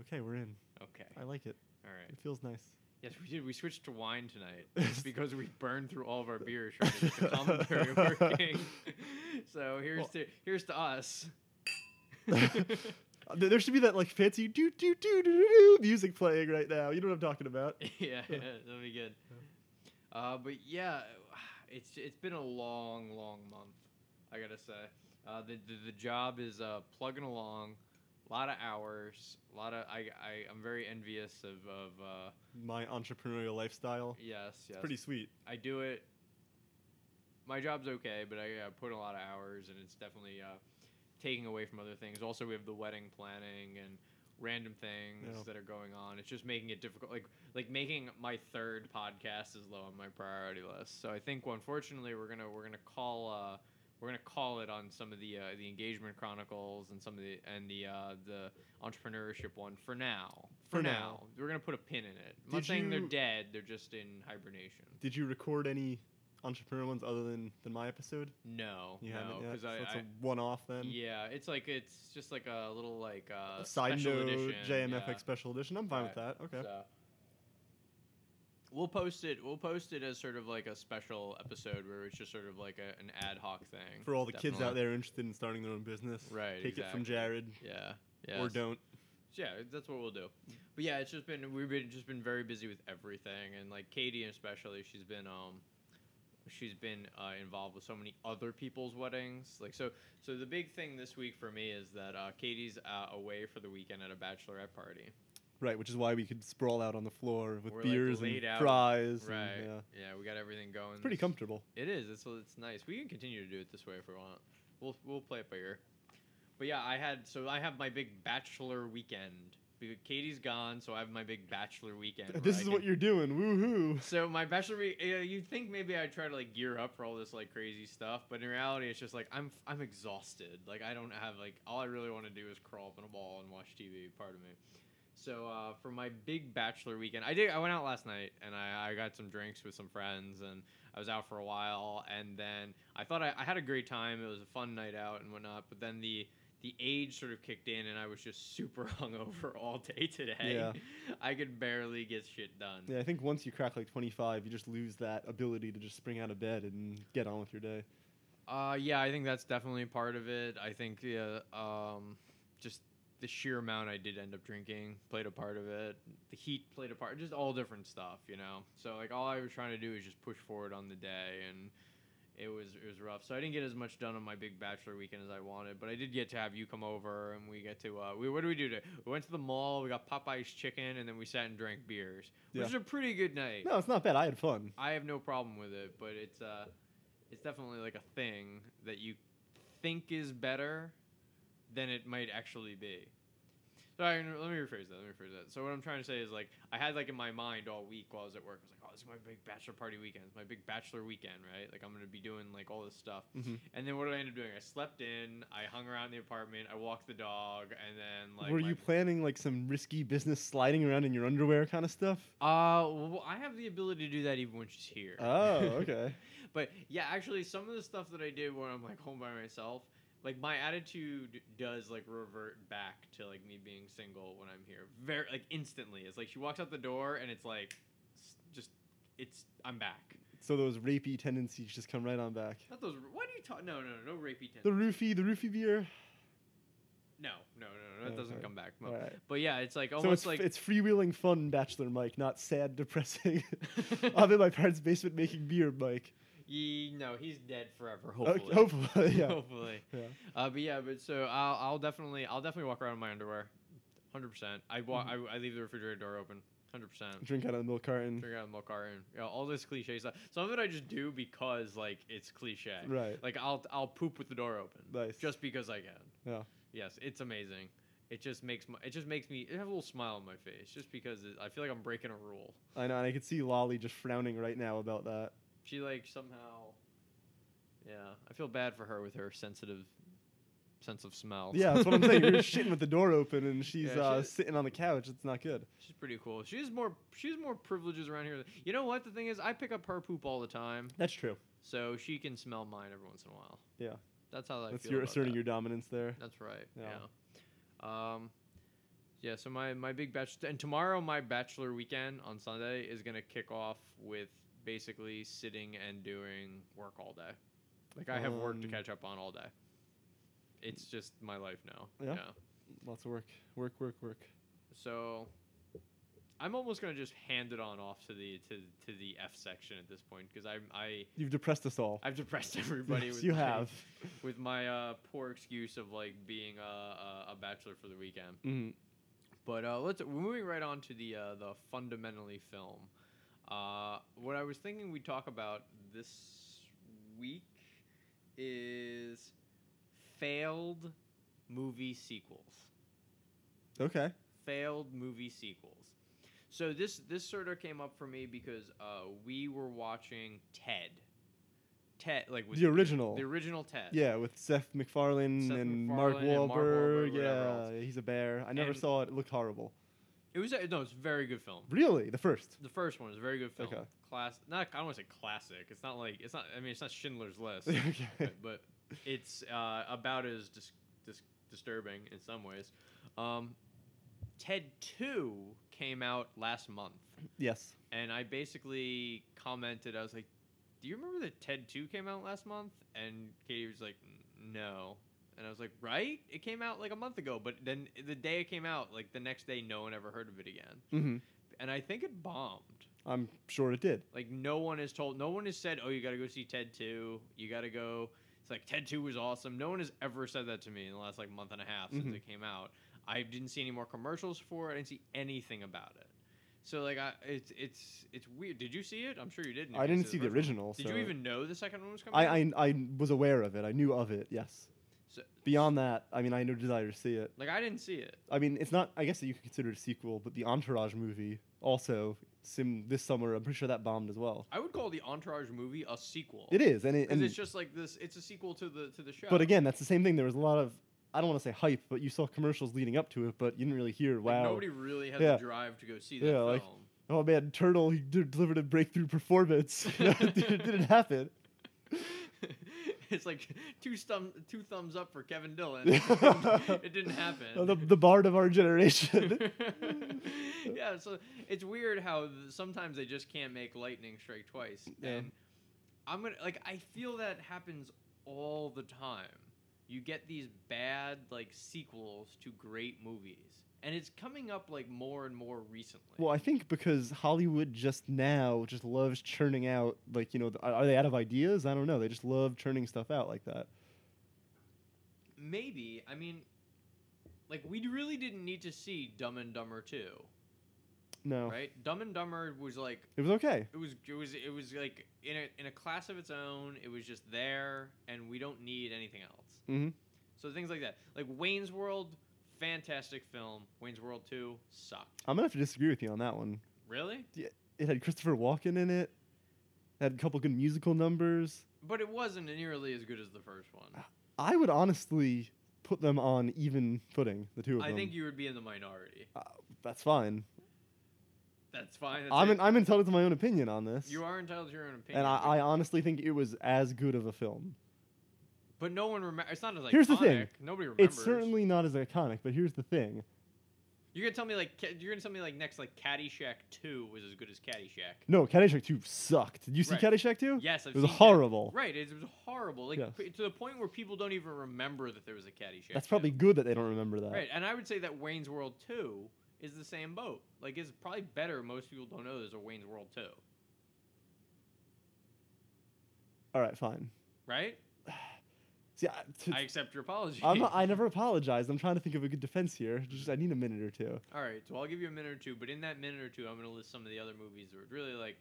Speaker 2: Okay, we're in.
Speaker 1: Okay,
Speaker 2: I like it.
Speaker 1: all right.
Speaker 2: It feels nice.
Speaker 1: Yes, we did. We switched to wine tonight It's because we burned through all of our beers trying to get the commentary working. so here's
Speaker 2: Well-
Speaker 1: to here's to us.
Speaker 2: Uh, th- There should be that like fancy doo doo doo doo doo doo music playing right now. You know what I'm talking about.
Speaker 1: yeah, that'll be good. Uh, but yeah, it's it's been a long, long month. I gotta say, uh, the, the the job is uh, plugging along. A lot of hours. A lot of I I I'm very envious of of uh,
Speaker 2: My entrepreneurial lifestyle.
Speaker 1: yes yes.
Speaker 2: It's pretty sweet.
Speaker 1: I do it. My job's okay, but I uh, put in a lot of hours, and it's definitely uh, taking away from other things. Also, we have the wedding planning and random things
Speaker 2: Yeah.
Speaker 1: that are going on. It's just making it difficult. Like like making my third podcast is low on my priority list. So I think, well, unfortunately, we're gonna we're gonna call uh, we're gonna call it on some of the uh, the engagement chronicles and some of the and the uh, the entrepreneurship one for now. For,
Speaker 2: For
Speaker 1: now.
Speaker 2: now.
Speaker 1: we're gonna put a pin in it. I'm not
Speaker 2: Did
Speaker 1: saying they're
Speaker 2: you-
Speaker 1: dead; they're just in hibernation.
Speaker 2: Did you record any entrepreneur ones other than than my episode?
Speaker 1: No,
Speaker 2: You
Speaker 1: no,
Speaker 2: haven't yet.
Speaker 1: because
Speaker 2: So
Speaker 1: I,
Speaker 2: it's
Speaker 1: I-
Speaker 2: a one-off then.
Speaker 1: yeah, it's like it's just like a little like uh,
Speaker 2: A Side
Speaker 1: special
Speaker 2: note,
Speaker 1: edition,
Speaker 2: JMFX
Speaker 1: yeah.
Speaker 2: special edition. I'm fine with that. Okay.
Speaker 1: So, we'll post it. We'll post it as sort of like a special episode where it's just sort of like a, an ad hoc thing
Speaker 2: For all the kids out
Speaker 1: definitely.
Speaker 2: there interested in starting their own business,
Speaker 1: Right,
Speaker 2: Take it from
Speaker 1: exactly.
Speaker 2: Jared
Speaker 1: Yeah. Yeah.
Speaker 2: or don't.
Speaker 1: Yeah, that's what we'll do. But yeah, it's just been we've been just been very busy with everything, and like Katie especially, she's been um, she's been uh, involved with so many other people's weddings. Like so, so the big thing this week for me is that uh, Katie's uh, away for the weekend at a bachelorette party.
Speaker 2: Right, which is why we could sprawl out on the floor with
Speaker 1: We're, like,
Speaker 2: beers
Speaker 1: laid
Speaker 2: and
Speaker 1: out.
Speaker 2: fries. and,
Speaker 1: Right.
Speaker 2: yeah.
Speaker 1: yeah. we got everything going.
Speaker 2: It's pretty
Speaker 1: This-
Speaker 2: comfortable.
Speaker 1: It is. It's it's nice. We can continue to do it this way if we want. We'll we'll play it by ear. But yeah, I had so I have my big bachelor weekend. Because Katie's gone, so I have my big bachelor weekend. where
Speaker 2: this
Speaker 1: I
Speaker 2: is
Speaker 1: can-
Speaker 2: what you're doing. Woohoo.
Speaker 1: So my bachelor, week, uh, you'd think maybe I'd try to like gear up for all this like crazy stuff, but in reality, it's just like I'm I'm exhausted. Like I don't have like all I really want to do is crawl up in a ball and watch TV. Part of me. So uh, for my big bachelor weekend, I did. I went out last night and I, I got some drinks with some friends and I was out for a while and then I thought I, I had a great time. It was a fun night out and whatnot. But then the the age sort of kicked in and I was just super hungover all day today.
Speaker 2: Yeah.
Speaker 1: I could barely get shit done.
Speaker 2: Yeah, I think once you crack like 25, you just lose that ability to just spring out of bed and get on with your day.
Speaker 1: Uh, yeah, I think that's definitely part of it. I think yeah, um, just the sheer amount I did end up drinking played a part of it. The heat played a part. Just all different stuff, you know. So like all I was trying to do is just push forward on the day, and it was it was rough. So I didn't get as much done on my big bachelor weekend as I wanted, but I did get to have you come over, and we get to uh, we what did we do today? We went to the mall, we got Popeye's chicken, and then we sat and drank beers,
Speaker 2: Yeah.
Speaker 1: which is a pretty good night.
Speaker 2: No, it's not bad. I had fun.
Speaker 1: I have no problem with it, but it's uh, it's definitely like a thing that you think is better than it might actually be. So I, let me rephrase that. Let me rephrase that. So what I'm trying to say is like I had like in my mind all week while I was at work, I was like, oh, this is my big bachelor party weekend. It's my big bachelor weekend, right? Like I'm gonna be doing like all this stuff.
Speaker 2: Mhm.
Speaker 1: And then what did I end up doing? I slept in. I hung around the apartment. I walked the dog, and then like
Speaker 2: Were
Speaker 1: my-
Speaker 2: you planning like some risky business sliding around in your underwear kind of stuff?
Speaker 1: Uh, well, I have the ability to do that even when she's here.
Speaker 2: Oh, okay.
Speaker 1: But yeah, actually, some of the stuff that I did when I'm like home by myself, like my attitude does like revert back to like me being single when I'm here. Very like instantly, it's like she walks out the door and it's like, s- just it's I'm back.
Speaker 2: so those rapey tendencies just come right on back.
Speaker 1: Not those. Why do you talk? No, no, no, no rapey
Speaker 2: The
Speaker 1: ten.
Speaker 2: roofie, the roofie beer.
Speaker 1: No, no, no, no, it doesn't
Speaker 2: Okay.
Speaker 1: come back.
Speaker 2: All right.
Speaker 1: But yeah, it's like
Speaker 2: So
Speaker 1: almost
Speaker 2: it's,
Speaker 1: like
Speaker 2: it's freewheeling fun, Bachelor Mike, not sad, depressing. I'm in my parents' basement making beer, Mike.
Speaker 1: Ye- no, he's dead forever.
Speaker 2: Okay,
Speaker 1: Hopefully,
Speaker 2: hopefully, yeah.
Speaker 1: hopefully.
Speaker 2: yeah.
Speaker 1: Uh, but yeah, but so I'll, I'll definitely I'll definitely walk around in my underwear, hundred percent. I walk
Speaker 2: Mm-hmm.
Speaker 1: I, I leave the refrigerator door open, hundred percent.
Speaker 2: Drink out of the milk carton.
Speaker 1: Figure out the milk carton, you know, all this cliche stuff. Some of it I just do because like it's cliche.
Speaker 2: Right.
Speaker 1: Like I'll I'll poop with the door open.
Speaker 2: Nice.
Speaker 1: Just because I can.
Speaker 2: Yeah.
Speaker 1: Yes, it's amazing. It just makes my it just makes me I have a little smile on my face just because it, I feel like I'm breaking a rule.
Speaker 2: I know, and I could see Lolly just frowning right now about that.
Speaker 1: She like somehow. Yeah, I feel bad for her with her sensitive sense of smell.
Speaker 2: Yeah, that's what I'm saying. You're shitting with the door open, and she's
Speaker 1: Yeah,
Speaker 2: uh,
Speaker 1: she-
Speaker 2: sitting on the couch. It's not good.
Speaker 1: She's pretty cool. She's more she's more privileges around here. You know what the thing is? I pick up her poop all the time,
Speaker 2: That's true.
Speaker 1: so she can smell mine every once in a while.
Speaker 2: Yeah.
Speaker 1: that's how I
Speaker 2: That's
Speaker 1: feel.
Speaker 2: you're
Speaker 1: about
Speaker 2: asserting
Speaker 1: that.
Speaker 2: your dominance there.
Speaker 1: That's right. Yeah.
Speaker 2: Yeah.
Speaker 1: Um, yeah. So my my big bachelor and tomorrow my bachelor weekend on Sunday is gonna kick off with basically sitting and doing work all day. Like I have work to
Speaker 2: Um,
Speaker 1: catch up on all day. It's just my life now.
Speaker 2: Yeah. Lots of work, work, work, work.
Speaker 1: So I'm almost gonna just hand it on off to the to, to the F section at this point because I'm I
Speaker 2: You've depressed us all.
Speaker 1: I've depressed everybody.
Speaker 2: Yes,
Speaker 1: with
Speaker 2: you
Speaker 1: my,
Speaker 2: have.
Speaker 1: with my uh, poor excuse of like being a, a, a bachelor for the weekend.
Speaker 2: Mhm.
Speaker 1: But uh, let's we're moving right on to the uh, the fundamentally film. Uh, what I was thinking we'd talk about this week is failed movie sequels
Speaker 2: Okay.
Speaker 1: failed movie sequels. So this this sort of came up for me because uh, we were watching Ted, Ted, like with
Speaker 2: the original.
Speaker 1: the original Ted.
Speaker 2: Yeah, with Seth MacFarlane
Speaker 1: Seth
Speaker 2: and Mark
Speaker 1: MacFarlane and Mark
Speaker 2: Wahlberg.
Speaker 1: Wahlberg, whatever else.
Speaker 2: yeah, he's a bear. I never
Speaker 1: And-
Speaker 2: saw it. It looked horrible.
Speaker 1: It was a, no, it's a very good film.
Speaker 2: Really, the first.
Speaker 1: The first one is a very good film.
Speaker 2: Okay.
Speaker 1: Class, not I don't want to say classic. It's not like it's not. I mean, it's not Schindler's List,
Speaker 2: Okay.
Speaker 1: but it's uh, about as dis- dis- disturbing in some ways. Um, Ted Two came out last month,
Speaker 2: Yes.
Speaker 1: and I basically commented. I was like, "Do you remember that Ted Two came out last month?" And Katie was like, "N- "No." And I was like, right? It came out like a month ago, but then the day it came out, like the next day, no one ever heard of it again.
Speaker 2: hmm
Speaker 1: And I think it bombed.
Speaker 2: I'm sure it did.
Speaker 1: Like no one has told, no one has said, "Oh, you got to go see Ted Two. You got to go." It's like Ted Two was awesome. No one has ever said that to me in the last like month and a half since
Speaker 2: Mhm.
Speaker 1: it came out. I didn't see any more commercials for it. I didn't see anything about it. So like, I, it's it's it's weird. Did you see it? I'm sure you didn't. if
Speaker 2: I
Speaker 1: you
Speaker 2: didn't
Speaker 1: saw
Speaker 2: see the
Speaker 1: first one.
Speaker 2: original.
Speaker 1: Did
Speaker 2: so
Speaker 1: you even know the second one was coming?
Speaker 2: I,
Speaker 1: out?
Speaker 2: I I was aware of it. I knew of it. Yes.
Speaker 1: So-
Speaker 2: Beyond that, I mean, I had no desire to see it.
Speaker 1: like I didn't see it.
Speaker 2: I mean, it's not. I guess that you could consider it a sequel, but the Entourage movie also sim this summer. I'm pretty sure that bombed as well.
Speaker 1: I would call the Entourage movie a sequel.
Speaker 2: It is, and it
Speaker 1: because
Speaker 2: and
Speaker 1: it's just like this. It's a sequel to the to the show.
Speaker 2: But again, that's the same thing. There was a lot of I don't want to say hype, but you saw commercials leading up to it, but you didn't really hear
Speaker 1: Like,
Speaker 2: wow.
Speaker 1: nobody really has
Speaker 2: Yeah.
Speaker 1: the drive to go see that
Speaker 2: Yeah,
Speaker 1: film.
Speaker 2: like- oh man, Turtle he d- delivered a breakthrough performance. You know, it didn't didn't happen.
Speaker 1: it's like two thumb two thumbs up for Kevin Dillon. it didn't happen.
Speaker 2: Uh, The, the bard of our generation.
Speaker 1: yeah, so it's weird how th- sometimes they just can't make lightning strike twice.
Speaker 2: Yeah.
Speaker 1: And I'm gonna like I feel that happens all the time. You get these bad like sequels to great movies, and it's coming up like more and more recently.
Speaker 2: well, I think because Hollywood just now just loves churning out like you know th- are are they out of ideas? I don't know. They just love churning stuff out like that.
Speaker 1: maybe I mean, like we really didn't need to see Dumb and Dumber Two.
Speaker 2: No,
Speaker 1: right? Dumb and Dumber was like
Speaker 2: it was okay.
Speaker 1: it was it was it was like in a in a class of its own. It was just there, and we don't need anything else.
Speaker 2: Mhm.
Speaker 1: So things like that, like Wayne's World, fantastic film. Wayne's World Two sucked.
Speaker 2: I'm gonna have to disagree with you on that one.
Speaker 1: Really,
Speaker 2: It had Christopher Walken in it. Had a couple good musical numbers.
Speaker 1: but it wasn't nearly as good as the first
Speaker 2: Ah,
Speaker 1: one.
Speaker 2: I would honestly put them on even footing, the two of
Speaker 1: I
Speaker 2: them.
Speaker 1: think you would be in the minority.
Speaker 2: That's fine.
Speaker 1: That's fine. That's
Speaker 2: I'm,
Speaker 1: it.
Speaker 2: en- I'm entitled to my own opinion on this.
Speaker 1: you are entitled to your own opinion.
Speaker 2: and I,
Speaker 1: but-
Speaker 2: I honestly think it was as good of a film.
Speaker 1: but no one remembers. It's not as like
Speaker 2: Here's the thing.
Speaker 1: Nobody remembers.
Speaker 2: It's certainly not as iconic, but here's the thing.
Speaker 1: You're gonna tell me like Ca- you're gonna tell me like next like Caddyshack Two was as good as Caddyshack.
Speaker 2: No, Caddyshack 2 sucked. Did you see
Speaker 1: Right.
Speaker 2: Caddyshack 2?
Speaker 1: Yes, I've
Speaker 2: It was
Speaker 1: seen Cad-
Speaker 2: horrible.
Speaker 1: Right, it was horrible. Like
Speaker 2: Yes.
Speaker 1: p- to the point where people don't even remember that there was a Caddyshack.
Speaker 2: That's probably
Speaker 1: two.
Speaker 2: good that they don't remember that.
Speaker 1: right. And I would say that Wayne's World Two is the same boat. Like it's probably better. Most people don't know there's a Wayne's World Two,
Speaker 2: All right, fine.
Speaker 1: right?
Speaker 2: See, I, t-
Speaker 1: I accept your apology.
Speaker 2: I'm not- I never apologized. I'm trying to think of a good defense here. Just I need a minute or two.
Speaker 1: All right, so I'll give you a minute or two, but in that minute or two, I'm going to list some of the other movies that were really like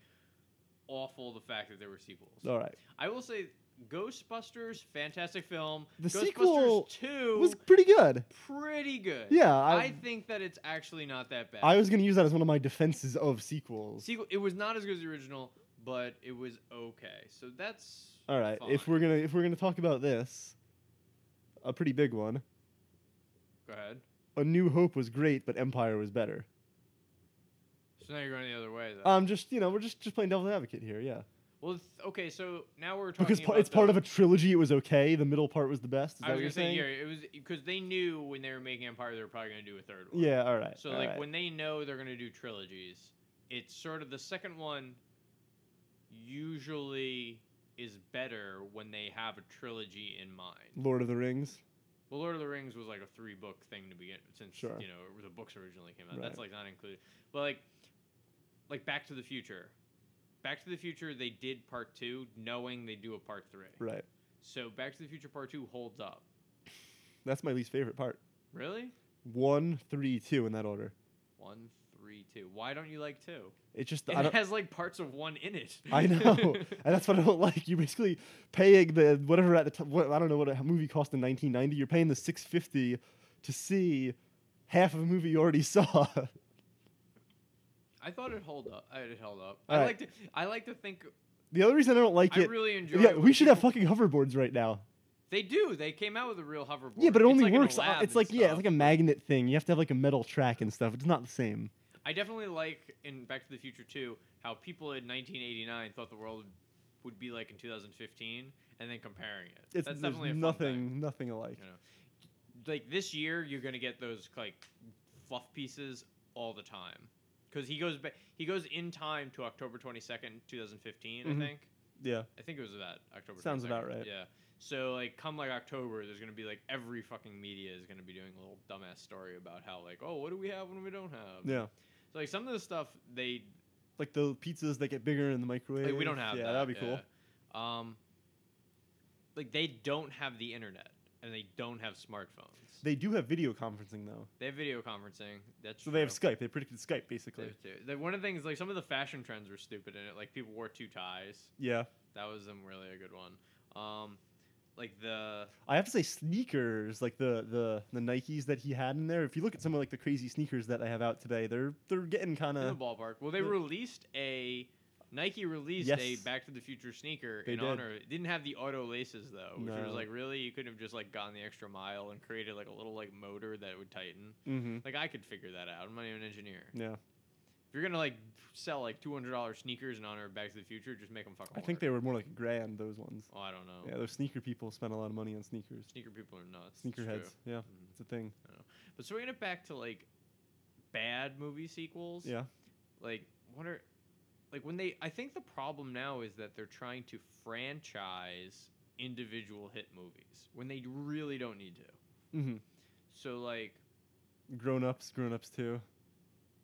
Speaker 1: awful. The fact that there were sequels.
Speaker 2: All right.
Speaker 1: I will say Ghostbusters, fantastic film.
Speaker 2: The
Speaker 1: Ghostbusters
Speaker 2: sequel
Speaker 1: Two
Speaker 2: It was pretty good.
Speaker 1: pretty good.
Speaker 2: Yeah,
Speaker 1: I,
Speaker 2: I,
Speaker 1: think that it's actually not that bad.
Speaker 2: I was going to use that as one of my defenses of sequels.
Speaker 1: sequel. It was not as good as the original, but it was okay. So that's
Speaker 2: All right, if
Speaker 1: fine.
Speaker 2: we're gonna if we're gonna talk about this, a pretty big one.
Speaker 1: go ahead.
Speaker 2: A New Hope was great, but Empire was better.
Speaker 1: So now you're going the other way, though.
Speaker 2: Um, just you know, we're just just playing devil's advocate here, yeah.
Speaker 1: well, th- okay. So now we're talking
Speaker 2: Because pa-
Speaker 1: about
Speaker 2: it's part
Speaker 1: the-
Speaker 2: of a trilogy, it was okay. The middle part was the best. Is
Speaker 1: I was
Speaker 2: that what you're
Speaker 1: gonna say
Speaker 2: saying?
Speaker 1: yeah, it was because they knew when they were making Empire, they were probably gonna do a third one.
Speaker 2: yeah, all right.
Speaker 1: So
Speaker 2: all
Speaker 1: like
Speaker 2: right.
Speaker 1: when they know they're gonna do trilogies, it's sort of the second one. Usually is better when they have a trilogy in mind.
Speaker 2: Lord of the Rings.
Speaker 1: Well, Lord of the Rings was like a three book thing to begin since
Speaker 2: Sure.
Speaker 1: you know the books originally came out.
Speaker 2: Right.
Speaker 1: That's like not included. But like, like Back to the Future, Back to the Future they did part two knowing they do a part three.
Speaker 2: Right.
Speaker 1: So Back to the Future part two holds up.
Speaker 2: That's my least favorite part.
Speaker 1: Really?
Speaker 2: One, three, two in that order.
Speaker 1: One, three, two. Why don't you like two?
Speaker 2: It's just I
Speaker 1: It
Speaker 2: don't
Speaker 1: has like parts of one in it.
Speaker 2: I know, and that's what I don't like. You're basically paying the whatever at the t- what, I don't know what a movie cost in 1990. You're paying the 650 to see half of a movie you already saw.
Speaker 1: I thought it held up. It held up.
Speaker 2: All
Speaker 1: I
Speaker 2: right.
Speaker 1: like to. I like to think
Speaker 2: The other reason I don't like
Speaker 1: I
Speaker 2: it.
Speaker 1: really enjoy.
Speaker 2: yeah,
Speaker 1: it
Speaker 2: we
Speaker 1: when
Speaker 2: should have
Speaker 1: people-
Speaker 2: fucking hoverboards right now.
Speaker 1: They do. They came out with a real hoverboard.
Speaker 2: Yeah, but it
Speaker 1: It's
Speaker 2: only
Speaker 1: like in a
Speaker 2: works. uh,
Speaker 1: lab
Speaker 2: it's
Speaker 1: and
Speaker 2: like yeah, it's
Speaker 1: stuff.
Speaker 2: like a magnet thing. You have to have like a metal track and stuff. It's not the same.
Speaker 1: I definitely like in Back to the Future 2 how people in 1989 thought the world would be like in 2015 and then comparing it.
Speaker 2: It's
Speaker 1: That's
Speaker 2: there's
Speaker 1: definitely a fun
Speaker 2: nothing,
Speaker 1: thing.
Speaker 2: nothing alike.
Speaker 1: you know. Like this year you're going to get those like fluff pieces all the time. Cuz he goes ba- he goes in time to October 22nd, 2015,
Speaker 2: Mhm.
Speaker 1: I think.
Speaker 2: Yeah,
Speaker 1: I think it was about October.
Speaker 2: Sounds
Speaker 1: 22nd.
Speaker 2: about right.
Speaker 1: Yeah. So like, come like October, there's gonna be like every fucking media is gonna be doing a little dumbass story about how like, oh, what do we have when we don't have?
Speaker 2: yeah.
Speaker 1: So like some of the stuff they
Speaker 2: Like the pizzas that get bigger in the microwave.
Speaker 1: like we don't have.
Speaker 2: Yeah,
Speaker 1: that.
Speaker 2: that'd be cool.
Speaker 1: yeah. Um, like they don't have the internet and they don't have smartphones.
Speaker 2: They do have video conferencing though,
Speaker 1: They have video conferencing. That's
Speaker 2: so they have
Speaker 1: true.
Speaker 2: Skype. They predicted Skype
Speaker 1: They
Speaker 2: basically.
Speaker 1: have two. Like, one of the things like some of the fashion trends were stupid in it. Like people wore two ties.
Speaker 2: Yeah,
Speaker 1: That was um, really a good one. Um, like the
Speaker 2: I have to say sneakers, like the the the Nikes that he had in there. If you look at some of like the crazy sneakers that I have out today, they're they're getting kind
Speaker 1: in the
Speaker 2: of.
Speaker 1: ballpark. Well, they
Speaker 2: Yeah.
Speaker 1: released a Nike released a
Speaker 2: Yes.
Speaker 1: Back to the Future sneaker
Speaker 2: They
Speaker 1: in
Speaker 2: did.
Speaker 1: honor. It didn't have the auto laces though, which
Speaker 2: No.
Speaker 1: was like really you couldn't have just like gone the extra mile and created like a little like motor that would tighten.
Speaker 2: Mm-hmm.
Speaker 1: Like I could figure that out. I'm not even an engineer. If
Speaker 2: Yeah,
Speaker 1: you're gonna like sell like two hundred dollars sneakers in honor of Back to the Future, just make them fucking.
Speaker 2: I think
Speaker 1: work.
Speaker 2: they were more like grand those ones.
Speaker 1: Oh, I don't know.
Speaker 2: Yeah, those sneaker people spend a lot of money on sneakers.
Speaker 1: Sneaker people are nuts. It's true.
Speaker 2: Sneakerheads. Mm-hmm. Yeah,
Speaker 1: Mhm.
Speaker 2: it's a thing.
Speaker 1: But so we get it back to like bad movie sequels.
Speaker 2: Yeah.
Speaker 1: Like what are like when they I think the problem now is that they're trying to franchise individual hit movies when they really don't need to.
Speaker 2: Mm-hmm.
Speaker 1: So like
Speaker 2: Grown ups, grown ups too.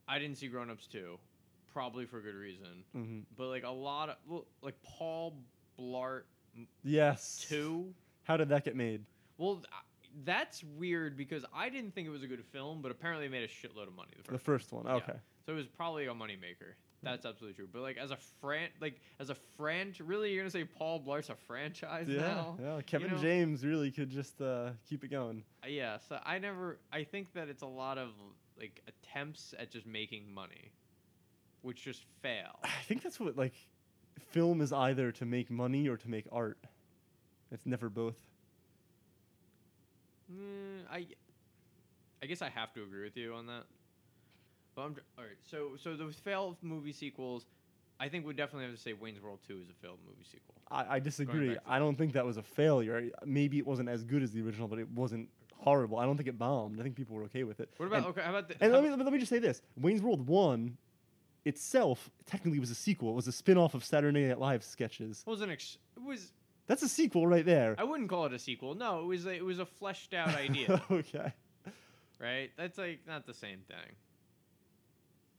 Speaker 1: I didn't see Grown Ups 2, probably for good reason.
Speaker 2: Mm-hmm.
Speaker 1: But like a lot of well, like Paul Blart
Speaker 2: Yes.
Speaker 1: 2
Speaker 2: How did that get made?
Speaker 1: Well, th- that's weird because I didn't think it was a good film, but apparently it made a shitload of money. The first
Speaker 2: The first one.
Speaker 1: Yeah.
Speaker 2: Okay.
Speaker 1: So it was probably a moneymaker.
Speaker 2: Hmm.
Speaker 1: That's absolutely true. But like as a fran, like as a franch, really, you're gonna say Paul Blart's a franchise
Speaker 2: Yeah.
Speaker 1: now?
Speaker 2: yeah. Kevin
Speaker 1: know-
Speaker 2: James really could just uh, keep it going.
Speaker 1: Uh, Yeah. So I never. I think that it's a lot of like attempts at just making money, which just fail.
Speaker 2: I think that's what like film is either to make money or to make art. It's never both.
Speaker 1: Mm, I, I guess I have to agree with you on that. But I'm all right. So so the failed movie sequels, I think we definitely have to say Wayne's World Two is a failed movie sequel.
Speaker 2: I, I disagree.
Speaker 1: back to
Speaker 2: I don't think that was a failure. Maybe it wasn't as good as the original, but it wasn't horrible. I don't think it bombed. I think people were okay with it.
Speaker 1: What about
Speaker 2: And-
Speaker 1: okay? How about the,
Speaker 2: And
Speaker 1: how
Speaker 2: let me, let me just say this Wayne's World 1 itself technically was a sequel. It was a spin off of Saturday Night Live sketches.
Speaker 1: was an ex- it was
Speaker 2: That's a sequel right there.
Speaker 1: I wouldn't call it a sequel. No, it was a, it was a fleshed out idea,
Speaker 2: okay.
Speaker 1: right? That's like not the same thing.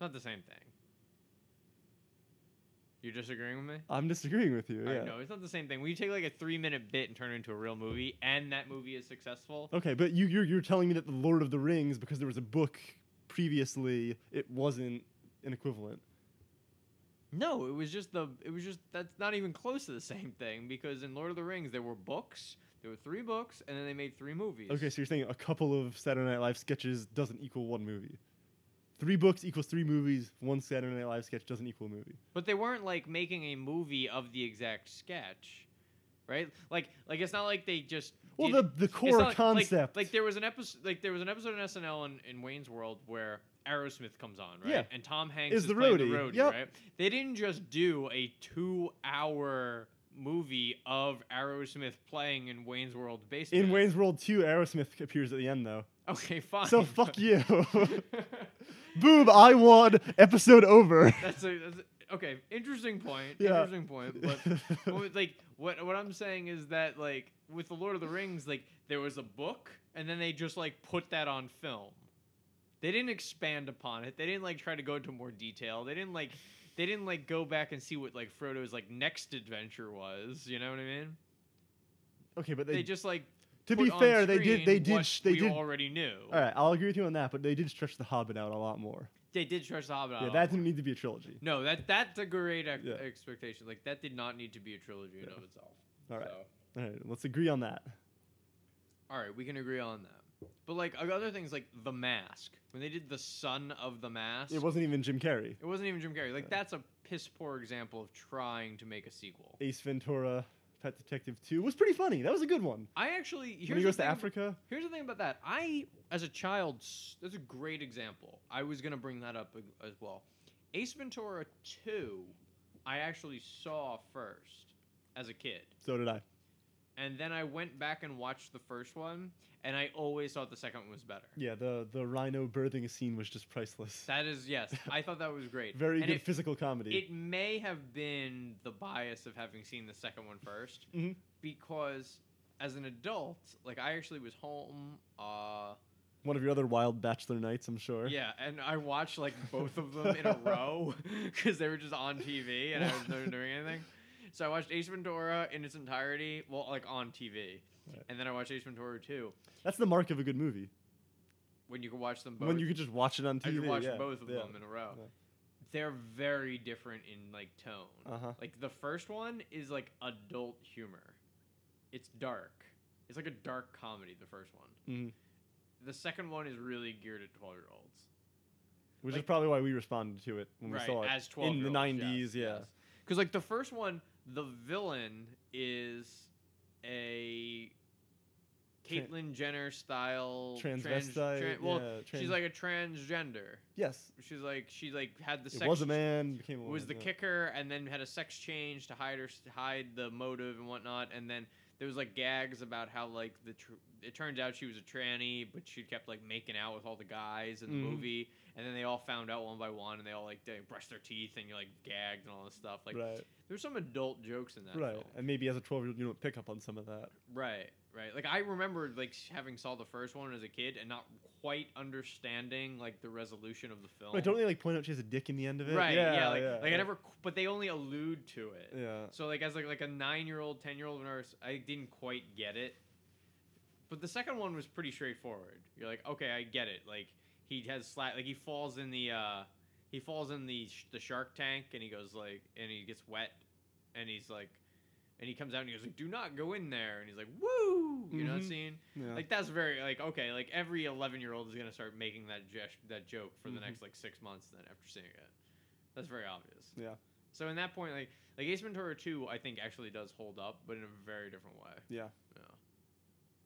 Speaker 1: Not the same thing. You're disagreeing with me?
Speaker 2: I'm disagreeing with you.
Speaker 1: All
Speaker 2: Yeah.
Speaker 1: right, no, it's not the same thing. When you take like a three minute bit and turn it into a real movie, and that movie is successful,
Speaker 2: Okay, but you, you're, you're telling me that The Lord of the Rings, because there was a book previously, it wasn't an equivalent.
Speaker 1: no, it was just the it was just that's not even close to the same thing because in Lord of the Rings there were books, there were three books, and then they made three movies.
Speaker 2: Okay, so you're saying a couple of Saturday Night Live sketches doesn't equal one movie. Three books equals three movies. One Saturday Night Live sketch doesn't equal a movie.
Speaker 1: But they weren't like making a movie of the exact sketch, right? Like, like it's not like they just.
Speaker 2: Well,
Speaker 1: did-
Speaker 2: the, the
Speaker 1: it's
Speaker 2: core
Speaker 1: not like-
Speaker 2: concept.
Speaker 1: Like, there was an episode, like there was an episode in SNL in, in Wayne's World where Aerosmith comes on, right?
Speaker 2: Yeah.
Speaker 1: And Tom Hanks
Speaker 2: Is
Speaker 1: is,
Speaker 2: the
Speaker 1: playing
Speaker 2: roadie.
Speaker 1: the roadie,
Speaker 2: Yep.
Speaker 1: right? They didn't just do a two-hour movie of Aerosmith playing in Wayne's World basement.
Speaker 2: In Wayne's World 2, Aerosmith appears at the end, though.
Speaker 1: Okay, fine.
Speaker 2: So fuck you. Boom, I won. Episode over.
Speaker 1: that's, a, that's a- okay. Interesting point.
Speaker 2: Yeah.
Speaker 1: Interesting point, but. Well, with, like what what I'm saying is that like with the Lord of the Rings, like there was a book, and then they just like put that on film. They didn't expand upon it. They didn't like try to go into more detail. They didn't like they didn't like go back and see what like Frodo's like next adventure was. You know what I mean?
Speaker 2: okay, but
Speaker 1: They,
Speaker 2: they,
Speaker 1: just like
Speaker 2: to
Speaker 1: put
Speaker 2: be
Speaker 1: on
Speaker 2: fair, they did
Speaker 1: screen
Speaker 2: they did
Speaker 1: what
Speaker 2: sh- they
Speaker 1: we
Speaker 2: did. All
Speaker 1: already knew.
Speaker 2: right, I'll agree with you on that, but they did stretch the Hobbit out a lot more.
Speaker 1: They did stretch the Hobbit out.
Speaker 2: yeah,
Speaker 1: a
Speaker 2: that
Speaker 1: lot more.
Speaker 2: didn't need to be a trilogy.
Speaker 1: no that that's a great ex-
Speaker 2: Yeah.
Speaker 1: expectation. Like that did not need to be a trilogy in
Speaker 2: Yeah.
Speaker 1: of itself.
Speaker 2: All right,
Speaker 1: So.
Speaker 2: all right, let's agree on that.
Speaker 1: All right, we can agree on that. But like other things, like The Mask, when they did the son of the Mask,
Speaker 2: It wasn't even Jim Carrey.
Speaker 1: it wasn't even Jim Carrey. Like
Speaker 2: Yeah.
Speaker 1: that's a piss poor example of trying to make a sequel.
Speaker 2: Ace Ventura, Pet Detective 2 was pretty funny. That was a good one.
Speaker 1: I actually here's
Speaker 2: when he
Speaker 1: the
Speaker 2: goes to
Speaker 1: thing-
Speaker 2: Africa,
Speaker 1: Here's the thing about that. I, as a child, s- that's a great example. I was gonna bring that up a- as well. Ace Ventura Two, I actually saw first as a kid,
Speaker 2: so did I.
Speaker 1: and then I went back and watched the first one, and I always thought the second one was better.
Speaker 2: Yeah, the, the rhino birthing scene was just priceless.
Speaker 1: That is yes, I thought that was great.
Speaker 2: Very
Speaker 1: And
Speaker 2: good
Speaker 1: it-
Speaker 2: physical comedy.
Speaker 1: It may have been the bias of having seen the second one first,
Speaker 2: Mhm.
Speaker 1: because as an adult, like I actually was home. Uh,
Speaker 2: one of your other wild bachelor nights, I'm sure.
Speaker 1: yeah, and I watched like both of them in a row because they were just on TV and I was not doing anything. So I watched Ace Ventura in its entirety, well, like on TV,
Speaker 2: Right.
Speaker 1: and then I watched Ace Ventura 2
Speaker 2: That's the mark of a good movie.
Speaker 1: when you could watch them both.
Speaker 2: When you could just watch it on TV.
Speaker 1: I could watch
Speaker 2: yeah.
Speaker 1: both of
Speaker 2: yeah.
Speaker 1: them in a row.
Speaker 2: Yeah.
Speaker 1: They're very different in like tone.
Speaker 2: Uh-huh.
Speaker 1: Like the first one is like adult humor. It's dark. It's like a dark comedy. The first one.
Speaker 2: Mhm.
Speaker 1: The second one is really geared at twelve year olds.
Speaker 2: Which
Speaker 1: Like-
Speaker 2: is probably why we responded to it when we
Speaker 1: Right
Speaker 2: saw it.
Speaker 1: as twelve
Speaker 2: in the 90s, yeah.
Speaker 1: Because like the first one, the villain is a
Speaker 2: Tran-
Speaker 1: Caitlyn Jenner style trans-
Speaker 2: Transvestite.
Speaker 1: tran- well,
Speaker 2: yeah,
Speaker 1: she's
Speaker 2: trans-
Speaker 1: like a transgender.
Speaker 2: yes.
Speaker 1: She's like she like had the
Speaker 2: It
Speaker 1: sex.
Speaker 2: was a man, became a woman.
Speaker 1: was the
Speaker 2: yeah.
Speaker 1: kicker, and then had a sex change to hide her, hide the motive and whatnot, and then there was like gags about how like the tr- it turns out she was a tranny, but she kept like making out with all the guys in the
Speaker 2: Mhm.
Speaker 1: movie, and then they all found out one by one, and they all like they brushed their teeth and you like gagged and all this stuff. Like
Speaker 2: right,
Speaker 1: there's some adult jokes in that
Speaker 2: right.
Speaker 1: film.
Speaker 2: And maybe as a 12 year old, you don't pick up on some of that.
Speaker 1: Right, right. Like I remember like having saw the first one as a kid and not quite understanding like the resolution of the film.
Speaker 2: Right, don't they like point out she has a dick in the end of it?
Speaker 1: Right, yeah,
Speaker 2: yeah.
Speaker 1: like,
Speaker 2: yeah,
Speaker 1: like
Speaker 2: yeah.
Speaker 1: I never, qu- but they only allude to it.
Speaker 2: Yeah.
Speaker 1: So like as like like a nine year old, ten year old, when I was, I didn't quite get it. But the second one was pretty straightforward. You're like, okay, I get it. Like he has slat, like he falls in the uh he falls in the sh- the shark tank and he goes like and he gets wet and he's like and he comes out and he goes like, do not go in there and he's like, woo, you know that
Speaker 2: Mhm.
Speaker 1: scene?
Speaker 2: yeah.
Speaker 1: Like that's very like okay, like every eleven year old is gonna start making that gest- that joke for the
Speaker 2: Mhm.
Speaker 1: next like six months. Then after seeing it, that's very obvious.
Speaker 2: Yeah.
Speaker 1: So in that point, like like Ace Ventura Two, I think actually does hold up, but in a very different way.
Speaker 2: Yeah.
Speaker 1: Yeah.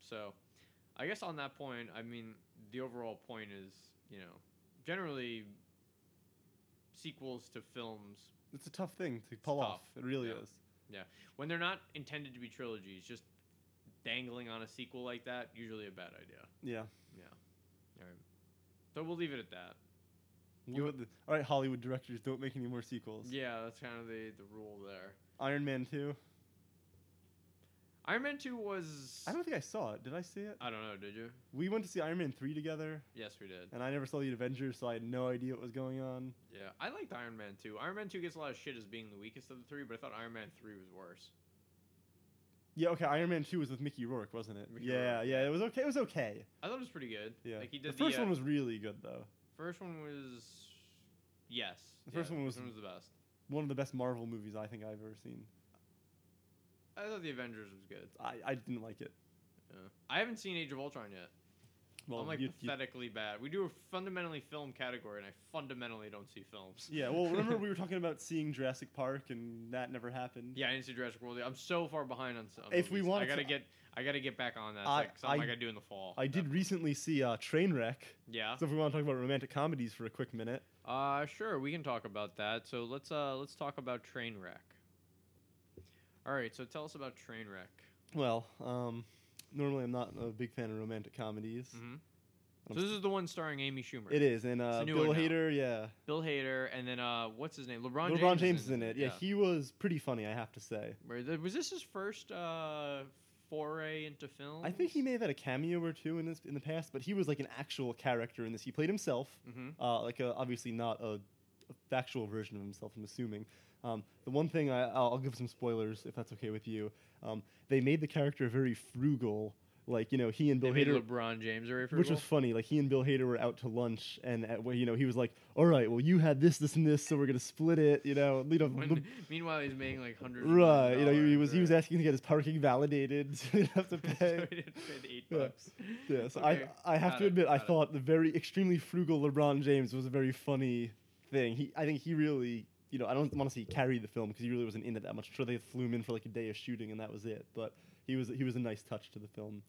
Speaker 1: So, I guess on that point, I mean, the overall point is, you know, generally sequels to films
Speaker 2: it's a tough thing to pull
Speaker 1: tough,
Speaker 2: off. It really
Speaker 1: yeah.
Speaker 2: is.
Speaker 1: when they're not intended to be trilogies, just dangling on a sequel like that usually a bad idea.
Speaker 2: Yeah.
Speaker 1: All right. So we'll leave it at that.
Speaker 2: You would- all right, Hollywood directors, don't make any more sequels.
Speaker 1: Yeah, that's kind of the the rule there.
Speaker 2: Iron Man 2.
Speaker 1: Iron Man Two was
Speaker 2: I don't think I saw it. Did I see it?
Speaker 1: I don't know. Did you?
Speaker 2: We went to see Iron Man 3 together,
Speaker 1: Yes, we did.
Speaker 2: and I never saw the Avengers, so I had no idea what was going on.
Speaker 1: Yeah, I liked Iron Man 2. Iron Man 2 gets a lot of shit as being the weakest of the three, but I thought Iron Man 3 was worse.
Speaker 2: Yeah, okay, Iron Man 2 was with Mickey Rourke, wasn't it?
Speaker 1: Mickey
Speaker 2: yeah,
Speaker 1: Rourke,
Speaker 2: yeah, it was okay. It was okay.
Speaker 1: I thought it was pretty good.
Speaker 2: Yeah.
Speaker 1: Like he did
Speaker 2: the first
Speaker 1: uh,
Speaker 2: one was really good, though.
Speaker 1: First one was yes.
Speaker 2: The first
Speaker 1: Yeah,
Speaker 2: one was-
Speaker 1: one was the best.
Speaker 2: One of the best Marvel movies I think I've ever seen.
Speaker 1: I thought the Avengers was good.
Speaker 2: I, I didn't like it.
Speaker 1: Yeah. I haven't seen Age of Ultron yet.
Speaker 2: Well,
Speaker 1: I'm like
Speaker 2: you- you-
Speaker 1: pathetically bad. We do a fundamentally film category, and I fundamentally don't see films.
Speaker 2: yeah, well, remember we were talking about seeing Jurassic Park, and that never happened.
Speaker 1: yeah, I didn't see Jurassic World. yet. I'm so far behind on some.
Speaker 2: If we
Speaker 1: movies. I
Speaker 2: wanted
Speaker 1: gotta
Speaker 2: to-
Speaker 1: get, I gotta get back on that. It's
Speaker 2: I-
Speaker 1: like something I,
Speaker 2: I-
Speaker 1: gotta do in the fall.
Speaker 2: I did recently see uh, Trainwreck.
Speaker 1: Yeah.
Speaker 2: So if we want to talk about romantic comedies for a quick minute,
Speaker 1: Uh, sure, we can talk about that. So let's uh let's talk about Trainwreck. All right, so tell us about Trainwreck.
Speaker 2: well, um, normally I'm not a big fan of romantic comedies.
Speaker 1: Mm-hmm. So this is the one starring Amy Schumer,
Speaker 2: It is, and uh,
Speaker 1: a newer
Speaker 2: Bill
Speaker 1: now.
Speaker 2: Hader, yeah,
Speaker 1: Bill Hader, and then uh, what's his name? LeBron.
Speaker 2: LeBron,
Speaker 1: James,
Speaker 2: James, is in it. Yeah, he was pretty funny, I have to say.
Speaker 1: Where the- was this his first uh foray into film?
Speaker 2: I think he may have had a cameo or two in this in the past, but he was like an actual character in this. He played himself,
Speaker 1: Mm-hmm.
Speaker 2: uh, like a, obviously not a, a factual version of himself. I'm assuming. Um, the one thing I, I'll, I'll give some spoilers if that's okay with you. Um, they made the character very frugal, Like you know, he and
Speaker 1: They
Speaker 2: Bill
Speaker 1: made
Speaker 2: Hader
Speaker 1: LeBron James a
Speaker 2: which
Speaker 1: referee.
Speaker 2: was funny. Like he and Bill Hader were out to lunch, and at, well, you know he was like, "All right, well you had this, this, and this, so we're gonna split it." You know, you know,
Speaker 1: When,
Speaker 2: Le-
Speaker 1: meanwhile, he's making like hundreds. of
Speaker 2: right? You know,
Speaker 1: million
Speaker 2: he, he was he was
Speaker 1: dollars,
Speaker 2: asking to get his parking validated, so he didn't have to
Speaker 1: right?
Speaker 2: pay.
Speaker 1: so he didn't pay the eight
Speaker 2: Yeah.
Speaker 1: bucks.
Speaker 2: yes,
Speaker 1: Okay,
Speaker 2: I I have
Speaker 1: got
Speaker 2: to
Speaker 1: it,
Speaker 2: admit, I
Speaker 1: got it.
Speaker 2: thought the very extremely frugal LeBron James was a very funny thing. He, I think he really, you know, I don't want to say he carried the film because he really wasn't in it that much. I'm sure they flew him in for like a day of shooting, and that was it. But he was he was a nice touch to the film.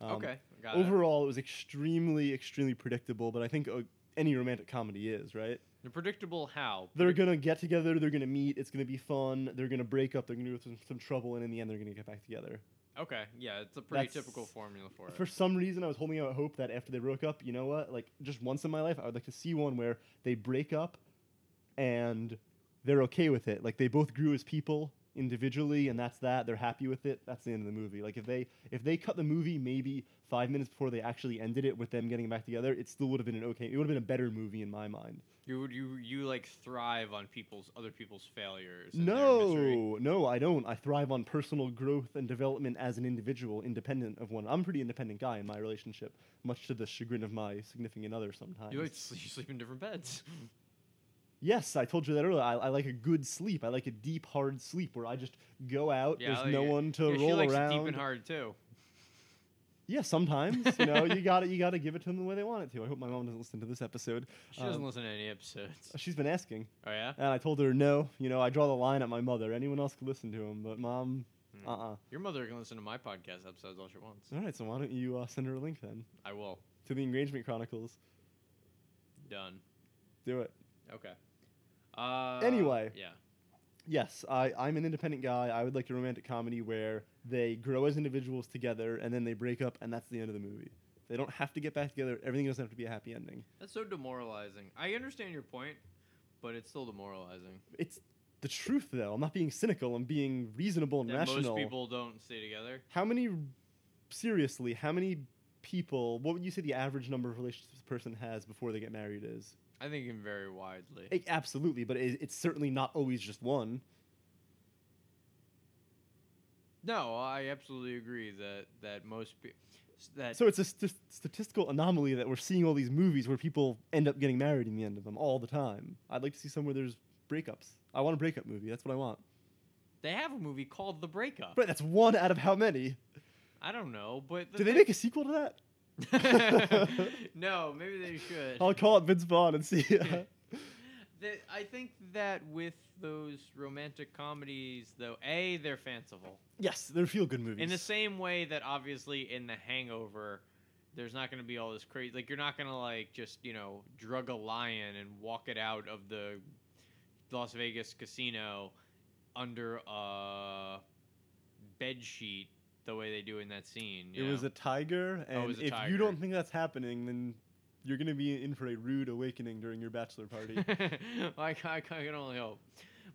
Speaker 2: Um,
Speaker 1: okay, got it.
Speaker 2: overall, it was extremely, extremely predictable, but I think uh, any romantic comedy is, right?
Speaker 1: The predictable how.
Speaker 2: They're going to get together, they're going to meet, it's going to be fun, they're going to break up, they're going to go through some, some trouble, and in the end, they're going to get back together.
Speaker 1: Okay, yeah, it's a pretty
Speaker 2: That's-
Speaker 1: typical formula for it.
Speaker 2: For some reason, I was holding out hope that after they broke up, you know what? Like, just once in my life, I would like to see one where they break up and they're okay with it. Like, they both grew as people individually and that's that they're happy with it that's the end of the movie like if they if they cut the movie maybe five minutes before they actually ended it with them getting back together it still would have been an okay it would have been a better movie in my mind
Speaker 1: you would you you like thrive on people's other people's failures. and their misery.
Speaker 2: no no i don't i thrive on personal growth and development as an individual independent of one i'm a pretty independent guy in my relationship much to the chagrin of my significant other sometimes
Speaker 1: you like s- you sleep in different beds.
Speaker 2: yes i told you that earlier I, I like a good sleep i like a deep hard sleep where i just go out
Speaker 1: Yeah, I
Speaker 2: there's
Speaker 1: like
Speaker 2: no
Speaker 1: it.
Speaker 2: one to
Speaker 1: yeah,
Speaker 2: roll
Speaker 1: she likes
Speaker 2: around
Speaker 1: deep and hard too.
Speaker 2: yeah sometimes you know you gotta you gotta give it to them the way they want it to i hope my mom doesn't listen to this episode
Speaker 1: She doesn't
Speaker 2: Um,
Speaker 1: listen to any episodes.
Speaker 2: she's been asking
Speaker 1: Oh yeah,
Speaker 2: and i told her no you know i draw the line at my mother anyone else could listen to him but mom
Speaker 1: Hmm.
Speaker 2: uh-uh
Speaker 1: your mother can listen to my podcast episodes all she wants.
Speaker 2: all right so why don't you uh, send her a link then
Speaker 1: I will.
Speaker 2: to the engagement chronicles
Speaker 1: Done.
Speaker 2: do it
Speaker 1: Okay. Uh,
Speaker 2: Anyway.
Speaker 1: Yeah.
Speaker 2: yes I, i'm an independent guy i would like a romantic comedy where they grow as individuals together and then they break up and that's the end of the movie they don't have to get back together everything doesn't have to be a happy ending
Speaker 1: That's so demoralizing. I understand your point, but it's still demoralizing.
Speaker 2: it's the truth though i'm not being cynical i'm being reasonable and
Speaker 1: That
Speaker 2: rational
Speaker 1: most people don't stay together.
Speaker 2: how many seriously how many people what would you say the average number of relationships a person has before they get married is
Speaker 1: I think it can vary widely.
Speaker 2: Eh, absolutely but it, it's certainly not always just one
Speaker 1: No, I absolutely agree that that most people that
Speaker 2: So it's a st- statistical anomaly that we're seeing all these movies where people end up getting married in the end of them all the time. I'd like to see somewhere there's breakups. I want a breakup movie. That's what I want.
Speaker 1: they have a movie called The Breakup.
Speaker 2: But that's one out of how many?
Speaker 1: I don't know, but the
Speaker 2: Did they make a sequel to that?
Speaker 1: thing- no, maybe they should.
Speaker 2: I'll call it Vince Vaughn and see.
Speaker 1: The- I think that with those romantic comedies, though, a they're fanciful
Speaker 2: yes, they're feel good movies.
Speaker 1: in the same way that obviously in The Hangover, there's not going to be all this crazy. Like you're not going to like just you know drug a lion and walk it out of the Las Vegas casino under a bed sheet the way they do in that scene.
Speaker 2: it
Speaker 1: you
Speaker 2: was
Speaker 1: know?
Speaker 2: a tiger, and
Speaker 1: was a
Speaker 2: if
Speaker 1: tiger.
Speaker 2: you don't think that's happening, then you're going to be in for a rude awakening during your bachelor party.
Speaker 1: I, ca- I can only hope.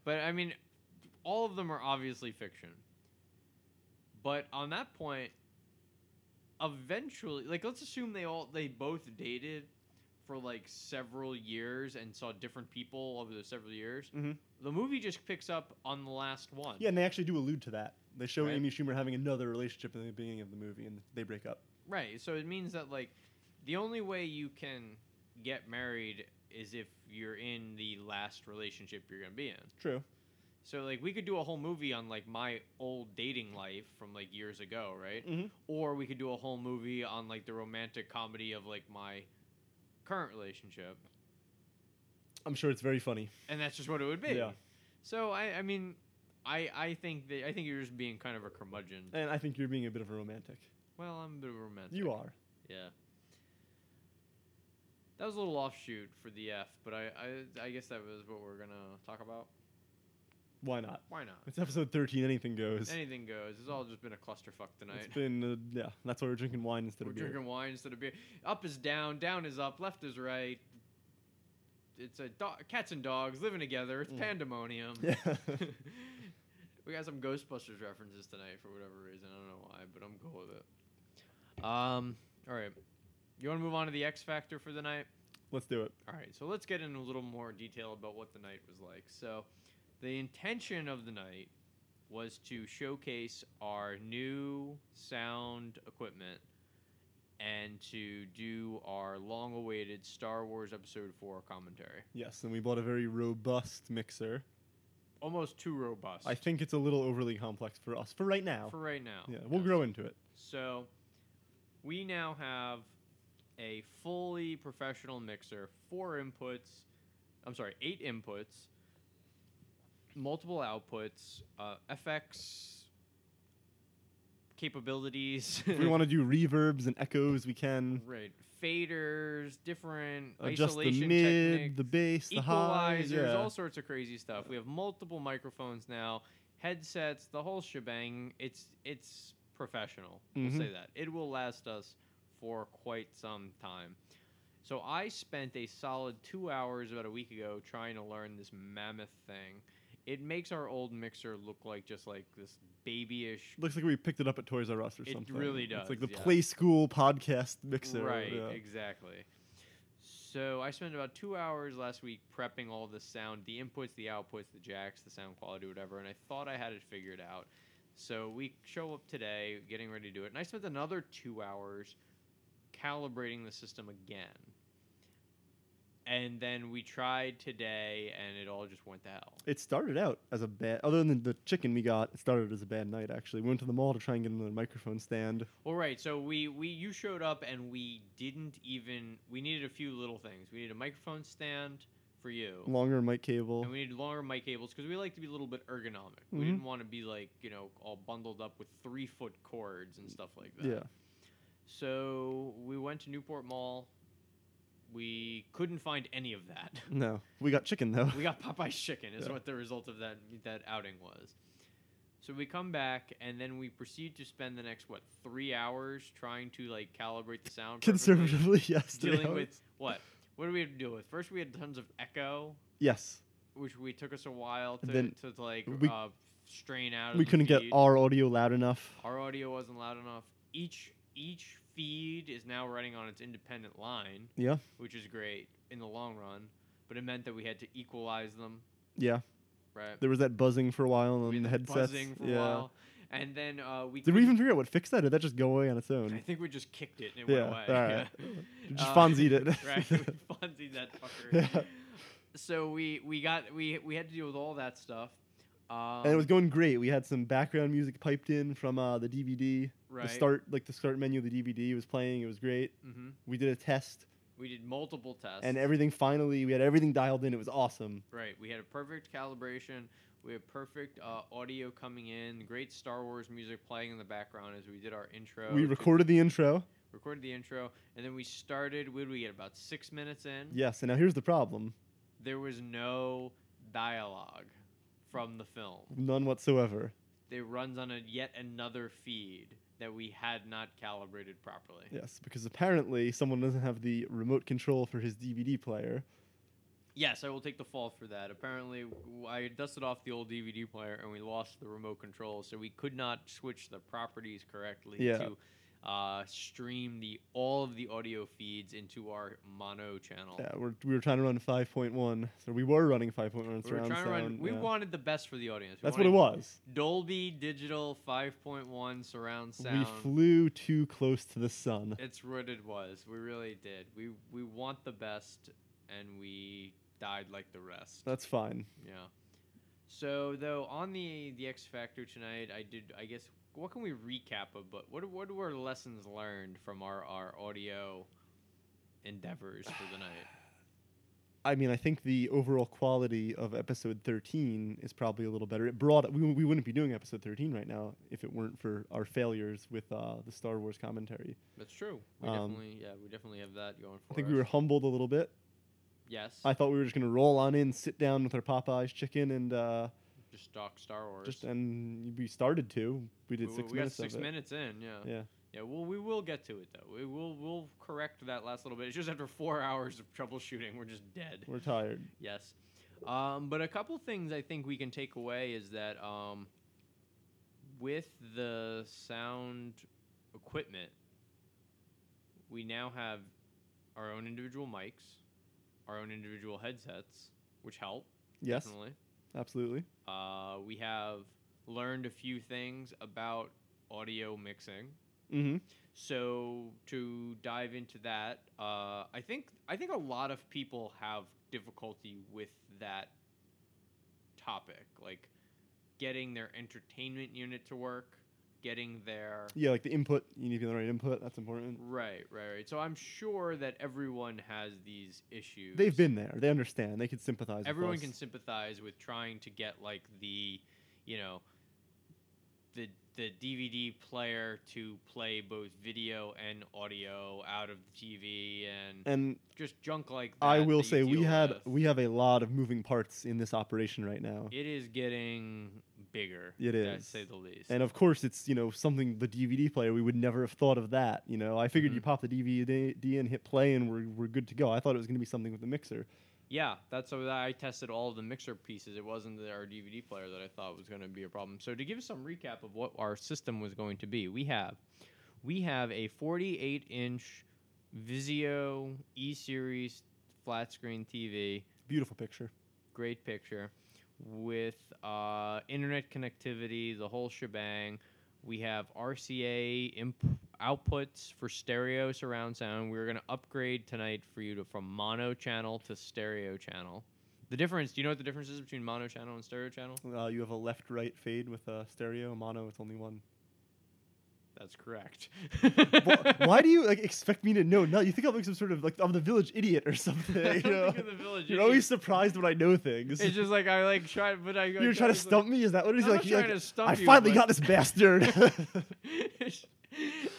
Speaker 1: But I mean, all of them are obviously fiction. But on that point, eventually, like let's assume they all they both dated for like several years and saw different people over those several years.
Speaker 2: Mhm.
Speaker 1: The movie just picks up on the last one.
Speaker 2: yeah, and they actually do allude to that. They show
Speaker 1: Right.
Speaker 2: Amy Schumer having another relationship in the beginning of the movie, and they break up.
Speaker 1: Right. So it means that like the only way you can get married is if you're in the last relationship you're going to be in.
Speaker 2: True.
Speaker 1: So like we could do a whole movie on like my old dating life from like years ago, right?
Speaker 2: Mhm.
Speaker 1: Or we could do a whole movie on like the romantic comedy of like my current relationship.
Speaker 2: I'm sure it's very funny.
Speaker 1: And that's just what it would be.
Speaker 2: Yeah.
Speaker 1: So I I mean I I think that I think you're just being kind of a curmudgeon.
Speaker 2: And I think you're being a bit of a romantic.
Speaker 1: Well, I'm a bit of a romantic.
Speaker 2: You are.
Speaker 1: Yeah. That was a little offshoot for the F, but I I, I guess that was what we're gonna talk about.
Speaker 2: Why not?
Speaker 1: Why not?
Speaker 2: It's episode 13, anything goes.
Speaker 1: Anything goes. It's all just been a clusterfuck tonight.
Speaker 2: It's been, uh, yeah, that's why we're drinking wine instead
Speaker 1: We're
Speaker 2: of beer.
Speaker 1: drinking wine instead of beer. Up is down, down is up, left is right. It's a do- cats and dogs living together. It's
Speaker 2: Mm.
Speaker 1: pandemonium.
Speaker 2: Yeah.
Speaker 1: we got some Ghostbusters references tonight for whatever reason. I don't know why, but I'm cool with it. Um, all right. You want to move on to the X Factor for the night?
Speaker 2: Let's do it.
Speaker 1: All right, so let's get into a little more detail about what the night was like. So, the intention of the night was to showcase our new sound equipment and to do our long-awaited Star Wars Episode Four commentary.
Speaker 2: Yes, and we bought a very robust mixer.
Speaker 1: Almost too robust.
Speaker 2: I think it's a little overly complex for us for right now.
Speaker 1: for right now.
Speaker 2: yeah, we'll
Speaker 1: yes.
Speaker 2: grow into it.
Speaker 1: So we now have a fully professional mixer, four inputs, I'm sorry, eight inputs, multiple outputs, uh, FX capabilities.
Speaker 2: If we want to do reverbs and echoes, we can
Speaker 1: right, faders, different
Speaker 2: adjust the
Speaker 1: isolation
Speaker 2: mid,
Speaker 1: techniques,
Speaker 2: the bass, the
Speaker 1: equalizers,
Speaker 2: highs. Yeah.
Speaker 1: all sorts of crazy stuff. We have multiple microphones now, headsets, the whole shebang. It's it's professional.
Speaker 2: Mhm.
Speaker 1: We'll say that. It will last us for quite some time. So I spent a solid two hours about a week ago trying to learn this mammoth thing. It makes our old mixer look like just like this babyish.
Speaker 2: Looks like we picked it up at Toys R Us or
Speaker 1: It
Speaker 2: something.
Speaker 1: really
Speaker 2: It's like the
Speaker 1: does, yeah.
Speaker 2: Play School podcast mixer.
Speaker 1: Right,
Speaker 2: yeah.
Speaker 1: exactly. So I spent about two hours last week prepping all the sound, the inputs, the outputs, the jacks, the sound quality, whatever, and I thought I had it figured out. So we show up today, getting ready to do it, and I spent another two hours calibrating the system again. And then we tried today, and it all just went to hell.
Speaker 2: It started out as a bad. Other than the chicken we got, it started as a bad night. Actually, we went to the mall to try and get another microphone stand.
Speaker 1: Well, right. So we we you showed up and we didn't even we needed a few little things. We needed a microphone stand for you.
Speaker 2: Longer mic cable.
Speaker 1: And we needed longer mic cables because we like to be a little bit ergonomic. We
Speaker 2: Mhm.
Speaker 1: didn't want to be like, you know, all bundled up with three foot cords and stuff like that.
Speaker 2: yeah.
Speaker 1: So we went to Newport Mall. We couldn't find any of that.
Speaker 2: No, we got chicken though.
Speaker 1: we got Popeye's chicken, is
Speaker 2: Yeah.
Speaker 1: what the result of that that outing was. So we come back and then we proceed to spend the next what three hours trying to like calibrate the sound. perfectly,
Speaker 2: Conservatively, yes. three
Speaker 1: dealing
Speaker 2: hours.
Speaker 1: with what? What do we have to deal with? First, we had tons of echo
Speaker 2: yes,
Speaker 1: which we took us a while to,
Speaker 2: Then
Speaker 1: to like
Speaker 2: we-
Speaker 1: uh, strain out. Of
Speaker 2: we
Speaker 1: the
Speaker 2: couldn't get
Speaker 1: feed.
Speaker 2: our audio loud enough.
Speaker 1: our audio wasn't loud enough. Each each feed is now running on its independent line,
Speaker 2: Yeah,
Speaker 1: which is great in the long run, but it meant that we had to equalize them,
Speaker 2: yeah.
Speaker 1: right?
Speaker 2: There was that buzzing for a while
Speaker 1: We had
Speaker 2: on the
Speaker 1: this
Speaker 2: headsets.
Speaker 1: buzzing for
Speaker 2: yeah.
Speaker 1: a while, and then uh, we
Speaker 2: Did we even
Speaker 1: couldn't-
Speaker 2: figure out what fixed that? Or did that just go away on its
Speaker 1: I
Speaker 2: own?
Speaker 1: think we just kicked it and it
Speaker 2: Yeah,
Speaker 1: went away.
Speaker 2: alright.
Speaker 1: Yeah.
Speaker 2: Just
Speaker 1: Uh,
Speaker 2: Fonzied it.
Speaker 1: right, we Fonzied that fucker.
Speaker 2: Yeah.
Speaker 1: So we we got we we had to deal with all that stuff. Um,
Speaker 2: and it was going great. We had some background music piped in from uh, the DVD.
Speaker 1: right.
Speaker 2: The start, like the start menu of the DVD was playing. It was great.
Speaker 1: hmm
Speaker 2: We did a test,
Speaker 1: We did multiple tests.
Speaker 2: and everything finally, we had everything dialed in. It was awesome.
Speaker 1: Right. We had a perfect calibration. We had perfect uh, audio coming in. Great Star Wars music playing in the background as we did our intro.
Speaker 2: we
Speaker 1: to-
Speaker 2: recorded the intro.
Speaker 1: recorded the intro, and then we started. What did we get? About six minutes in.
Speaker 2: Yes, and now here's the problem:
Speaker 1: There was no dialogue from the film.
Speaker 2: none whatsoever.
Speaker 1: It runs on a yet another feed that we had not calibrated properly.
Speaker 2: Yes, because apparently someone doesn't have the remote control for his DVD player.
Speaker 1: Yes, I will take the fall for that. Apparently, w- I dusted off the old DVD player and we lost the remote control, so we could not switch the properties correctly
Speaker 2: Yeah.
Speaker 1: to uh, stream the all of the audio feeds into our mono channel.
Speaker 2: Yeah, we're, we were trying to run 5.1, so we were running 5.1
Speaker 1: we were
Speaker 2: surround
Speaker 1: trying to run.
Speaker 2: sound,
Speaker 1: We
Speaker 2: yeah.
Speaker 1: wanted the best for the audience. We
Speaker 2: That's what it
Speaker 1: wanted
Speaker 2: was.
Speaker 1: Dolby Digital 5.1 surround
Speaker 2: We
Speaker 1: sound.
Speaker 2: flew too close to the sun.
Speaker 1: it's what it was. We really did. We we want the best, and we died like the rest.
Speaker 2: That's fine.
Speaker 1: Yeah. So though on the the X Factor tonight, I did I guess what can we recap of? But what what were lessons learned from our our audio endeavors for the night?
Speaker 2: I mean, I think the overall quality of episode 13 is probably a little better. It brought we, we wouldn't be doing episode 13 right now if it weren't for our failures with uh, the Star Wars commentary.
Speaker 1: That's true. We
Speaker 2: Um,
Speaker 1: definitely yeah we definitely have that going for
Speaker 2: I think
Speaker 1: us.
Speaker 2: we were humbled a little bit.
Speaker 1: yes.
Speaker 2: I thought we were just gonna roll on in, sit down with our Popeyes chicken, and uh,
Speaker 1: just talk Star Wars.
Speaker 2: just and we started to. We
Speaker 1: we,
Speaker 2: did six
Speaker 1: we got
Speaker 2: minutes.
Speaker 1: six
Speaker 2: of it.
Speaker 1: minutes in. Yeah.
Speaker 2: Yeah.
Speaker 1: Yeah. Well, we will get to it though. We will we'll correct that last little bit. It's just after four hours of troubleshooting, we're just dead.
Speaker 2: We're tired.
Speaker 1: Yes. Um, but a couple things I think we can take away is that um, with the sound equipment, we now have our own individual mics, our own individual headsets, which help,
Speaker 2: Yes,
Speaker 1: definitely.
Speaker 2: absolutely.
Speaker 1: Uh, we have learned a few things about audio mixing.
Speaker 2: Mm-hmm.
Speaker 1: So to dive into that, uh, I think I think a lot of people have difficulty with that topic, like getting their entertainment unit to work, getting their
Speaker 2: Yeah, like the input. You need to be the right input. That's important.
Speaker 1: right, right, right. So I'm sure that everyone has these issues.
Speaker 2: They've been there. They understand. They could sympathize.
Speaker 1: everyone
Speaker 2: with
Speaker 1: can
Speaker 2: us.
Speaker 1: sympathize with trying to get like the you know the the DVD player to play both video and audio out of the TV and
Speaker 2: And
Speaker 1: just junk like that.
Speaker 2: I
Speaker 1: that
Speaker 2: will
Speaker 1: you
Speaker 2: say we
Speaker 1: deal
Speaker 2: had
Speaker 1: with.
Speaker 2: we have a lot of moving parts in this operation right now.
Speaker 1: it is getting bigger.
Speaker 2: It
Speaker 1: to
Speaker 2: is.
Speaker 1: say the least.
Speaker 2: And of course, it's you know something the DVD player we would never have thought of that. You know, I figured
Speaker 1: Mm-hmm.
Speaker 2: you pop the DVD in, hit play, and we're, we're good to go. I thought it was going to be something with the mixer.
Speaker 1: yeah, that's what I tested all the mixer pieces. It wasn't the, our DVD player that I thought was going to be a problem. So to give some recap of what our system was going to be, we have we have a 48 inch Vizio E series flat screen TV,
Speaker 2: Beautiful picture.
Speaker 1: great picture, with uh, internet connectivity, the whole shebang. We have RCA imp- outputs for stereo surround sound. We are going to upgrade tonight for you to from mono channel to stereo channel. The difference, do you know what the difference is between mono channel and stereo channel?
Speaker 2: Uh, you have a left right fade with a stereo mono. It's only one.
Speaker 1: That's correct.
Speaker 2: Wh- Why do you like expect me to know? No, you think I'm like some sort of like I'm the village idiot or something.
Speaker 1: I'm
Speaker 2: you
Speaker 1: thinking
Speaker 2: know?
Speaker 1: of the village
Speaker 2: You're
Speaker 1: idiot.
Speaker 2: always surprised when I know things.
Speaker 1: It's just like I like try, but I.
Speaker 2: You're trying to stump me? Is that what it is?
Speaker 1: I'm
Speaker 2: Like,
Speaker 1: not
Speaker 2: you're
Speaker 1: trying
Speaker 2: like,
Speaker 1: to stump
Speaker 2: I
Speaker 1: you,
Speaker 2: finally
Speaker 1: but-
Speaker 2: got this bastard.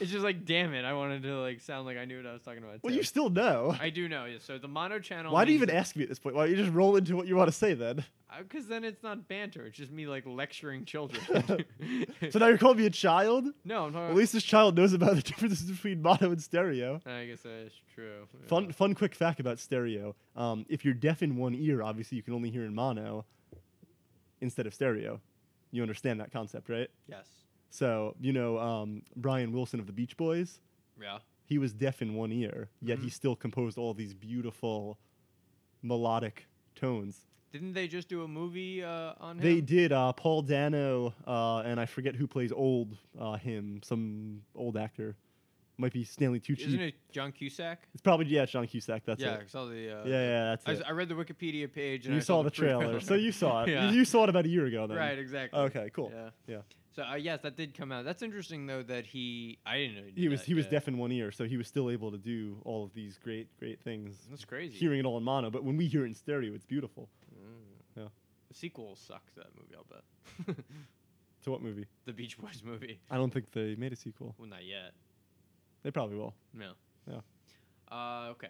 Speaker 1: it's just like, damn it! I wanted to like sound like I knew what I was talking about.
Speaker 2: well,
Speaker 1: too.
Speaker 2: you still know.
Speaker 1: I do know. Yeah. So the mono channel.
Speaker 2: Why do you even ask me at this point? Why don't you just roll into what you want to say then?
Speaker 1: Because then it's not banter. It's just me like lecturing children.
Speaker 2: So now you're calling me a child?
Speaker 1: no, I'm talking.
Speaker 2: At least this child knows about the differences between mono and stereo.
Speaker 1: I guess that is true. yeah.
Speaker 2: Fun, fun, quick fact about stereo. Um, if you're deaf in one ear, obviously you can only hear in mono instead of stereo. You understand that concept, right?
Speaker 1: Yes.
Speaker 2: So you know um, Brian Wilson of the Beach Boys.
Speaker 1: Yeah.
Speaker 2: He was deaf in one ear, yet
Speaker 1: Mm-hmm.
Speaker 2: he still composed all these beautiful melodic tones.
Speaker 1: Didn't they just do a movie uh, on
Speaker 2: They
Speaker 1: him?
Speaker 2: did. Uh, Paul Dano uh, and I forget who plays old uh, him, some old actor. Might be Stanley Tucci.
Speaker 1: Isn't it John Cusack?
Speaker 2: It's probably yeah, John Cusack. That's
Speaker 1: yeah.
Speaker 2: it.
Speaker 1: I saw the. Uh,
Speaker 2: Yeah, yeah, that's
Speaker 1: I,
Speaker 2: it.
Speaker 1: s- I read the Wikipedia page. And
Speaker 2: you
Speaker 1: I
Speaker 2: saw the
Speaker 1: pre-
Speaker 2: trailer, so you saw it.
Speaker 1: Yeah.
Speaker 2: You you saw it about a year ago, then.
Speaker 1: Right. Exactly.
Speaker 2: Okay. Cool.
Speaker 1: Yeah.
Speaker 2: Yeah.
Speaker 1: So uh, yes, that did come out. That's interesting though that he. I didn't know he. Did
Speaker 2: He was
Speaker 1: that,
Speaker 2: he was
Speaker 1: yeah.
Speaker 2: deaf in one ear, so he was still able to do all of these great great things,
Speaker 1: That's crazy.
Speaker 2: hearing it all in mono. But when we hear it in stereo, it's beautiful. Yeah.
Speaker 1: The sequel sucked. That movie, I'll bet.
Speaker 2: To what movie?
Speaker 1: the Beach Boys movie.
Speaker 2: I don't think they made a sequel.
Speaker 1: Well, not yet.
Speaker 2: They probably will.
Speaker 1: No.
Speaker 2: No.
Speaker 1: Uh, okay.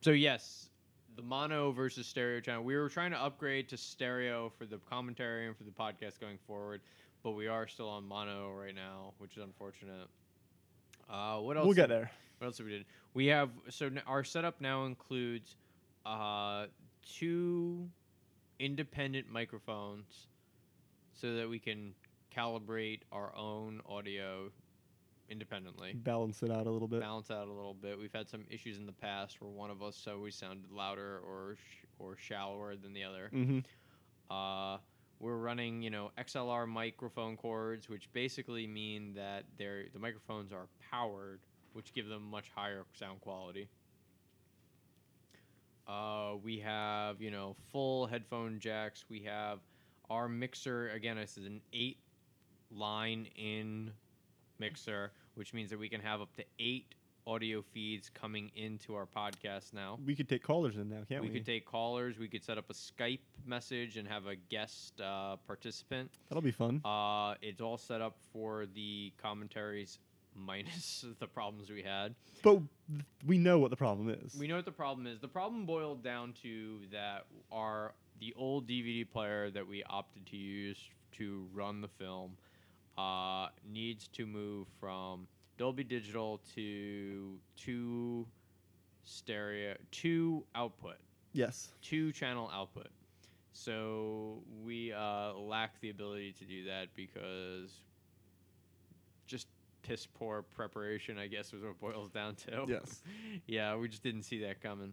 Speaker 1: So yes, the mono versus stereo channel. We were trying to upgrade to stereo for the commentary and for the podcast going forward, but we are still on mono right now, which is unfortunate. Uh, what else?
Speaker 2: We'll get
Speaker 1: did-
Speaker 2: there.
Speaker 1: What else have we did? We have so n- our setup now includes uh, two independent microphones, so that we can calibrate our own audio independently,
Speaker 2: Balance it out a little bit.
Speaker 1: balance out a little bit. We've had some issues in the past where one of us so we sounded louder or sh- or shallower than the other.
Speaker 2: Mm-hmm.
Speaker 1: Uh, we're running, you know, XLR microphone cords, which basically mean that they're, the microphones are powered, which give them much higher sound quality. Uh, we have, you know, full headphone jacks. We have our mixer. Again, this is an eight line in mixer, which means that we can have up to eight audio feeds coming into our podcast now
Speaker 2: We could take callers in now, can't we?
Speaker 1: we could take callers. We could set up a Skype message and have a guest uh, participant.
Speaker 2: That'll be fun.
Speaker 1: Uh, it's all set up for the commentaries minus the problems we had.
Speaker 2: But th- we know what the problem is.
Speaker 1: We know what the problem is. The problem boiled down to that our the old DVD player that we opted to use to run the film uh, needs to move from Dolby Digital to two stereo two output.
Speaker 2: yes.
Speaker 1: two channel output. So we uh, lack the ability to do that because just piss poor preparation, I guess, is what it boils down to.
Speaker 2: Yes.
Speaker 1: yeah, we just didn't see that coming.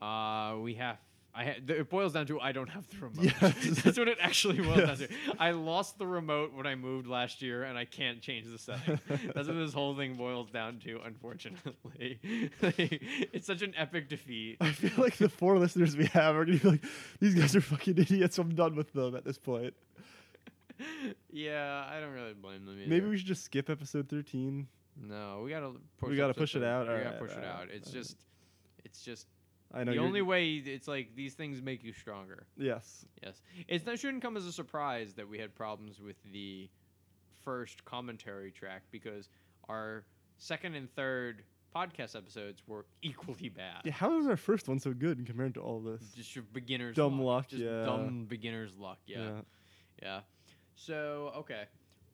Speaker 1: Uh, we have. I I ha- th- it boils down to I don't have the remote.
Speaker 2: Yes.
Speaker 1: That's what it actually boils down
Speaker 2: Yes.
Speaker 1: to. I lost the remote when I moved last year, and I can't change the setting. That's what this whole thing boils down to. Unfortunately, Like, it's such an epic defeat.
Speaker 2: I feel like the four listeners we have are gonna be like, these guys are fucking idiots. I'm done with them at this point.
Speaker 1: yeah, I don't really blame them. Either.
Speaker 2: Maybe we should just skip episode 13.
Speaker 1: No, we gotta push.
Speaker 2: We gotta
Speaker 1: up to
Speaker 2: push it
Speaker 1: thirty.
Speaker 2: out?
Speaker 1: We
Speaker 2: Alright,
Speaker 1: gotta push it
Speaker 2: alright,
Speaker 1: out. It's
Speaker 2: alright.
Speaker 1: just, it's just
Speaker 2: I know.
Speaker 1: the
Speaker 2: you're-
Speaker 1: only way. It's like these things make you stronger.
Speaker 2: Yes.
Speaker 1: Yes, it's that shouldn't come as a surprise that we had problems with the first commentary track because our second and third podcast episodes were equally bad.
Speaker 2: Yeah, how is our first one so good compared to all this?
Speaker 1: Just your beginner's
Speaker 2: Dumb
Speaker 1: luck.
Speaker 2: luck,
Speaker 1: Just
Speaker 2: yeah.
Speaker 1: dumb beginner's luck. yeah. Yeah. So, okay.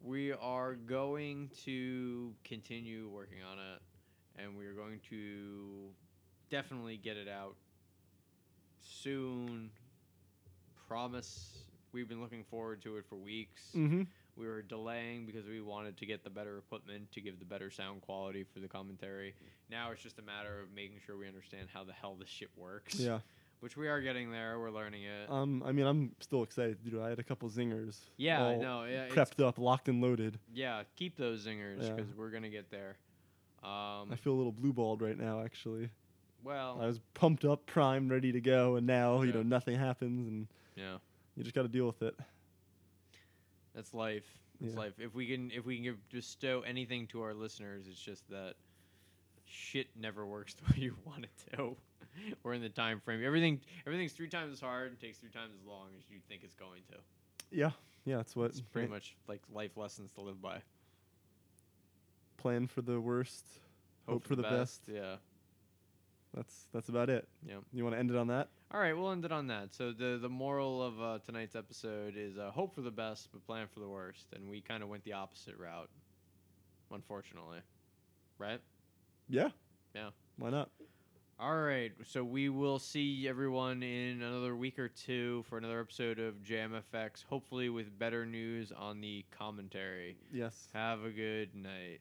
Speaker 1: We are going to continue working on it and we are going to definitely get it out soon. Promise. We've been looking forward to it for weeks.
Speaker 2: Mm-hmm.
Speaker 1: We were delaying because we wanted to get the better equipment to give the better sound quality for the commentary. Now it's just a matter of making sure we understand how the hell this shit works.
Speaker 2: Yeah.
Speaker 1: Which we are getting there. We're learning it.
Speaker 2: Um. I mean, I'm still excited, dude. I had a couple zingers.
Speaker 1: yeah, I
Speaker 2: all
Speaker 1: know. Yeah, it's-
Speaker 2: Prepped up, locked and loaded.
Speaker 1: Yeah, keep those zingers
Speaker 2: Yeah.
Speaker 1: because we're gonna get there. Um,
Speaker 2: I feel a little blue balled right now, actually. I
Speaker 1: well,
Speaker 2: was pumped up, primed, ready to go, and now
Speaker 1: Oh.
Speaker 2: you
Speaker 1: Yeah.
Speaker 2: know nothing happens, and
Speaker 1: yeah,
Speaker 2: you just got to deal with it.
Speaker 1: that's life. It's
Speaker 2: Yeah.
Speaker 1: life. If we can, if we can give, bestow anything to our listeners, it's just that shit never works the way you want it to. We're in the time frame. Everything, everything's three times as hard and takes three times as long as you think it's going to.
Speaker 2: Yeah. Yeah. That's what.
Speaker 1: It's pretty much like life lessons to live by.
Speaker 2: Plan for the worst. Hope for the best.
Speaker 1: Yeah.
Speaker 2: That's that's about it.
Speaker 1: Yep.
Speaker 2: You want to end it on that?
Speaker 1: All right, we'll end it on that. So the the moral of uh, tonight's episode is uh, hope for the best, but plan for the worst. And we kind of went the opposite route, unfortunately. Right.
Speaker 2: Yeah.
Speaker 1: Yeah.
Speaker 2: Why not?
Speaker 1: All right. So we will see everyone in another week or two for another episode of JMFX. Hopefully with better news on the commentary.
Speaker 2: Yes.
Speaker 1: Have a good night.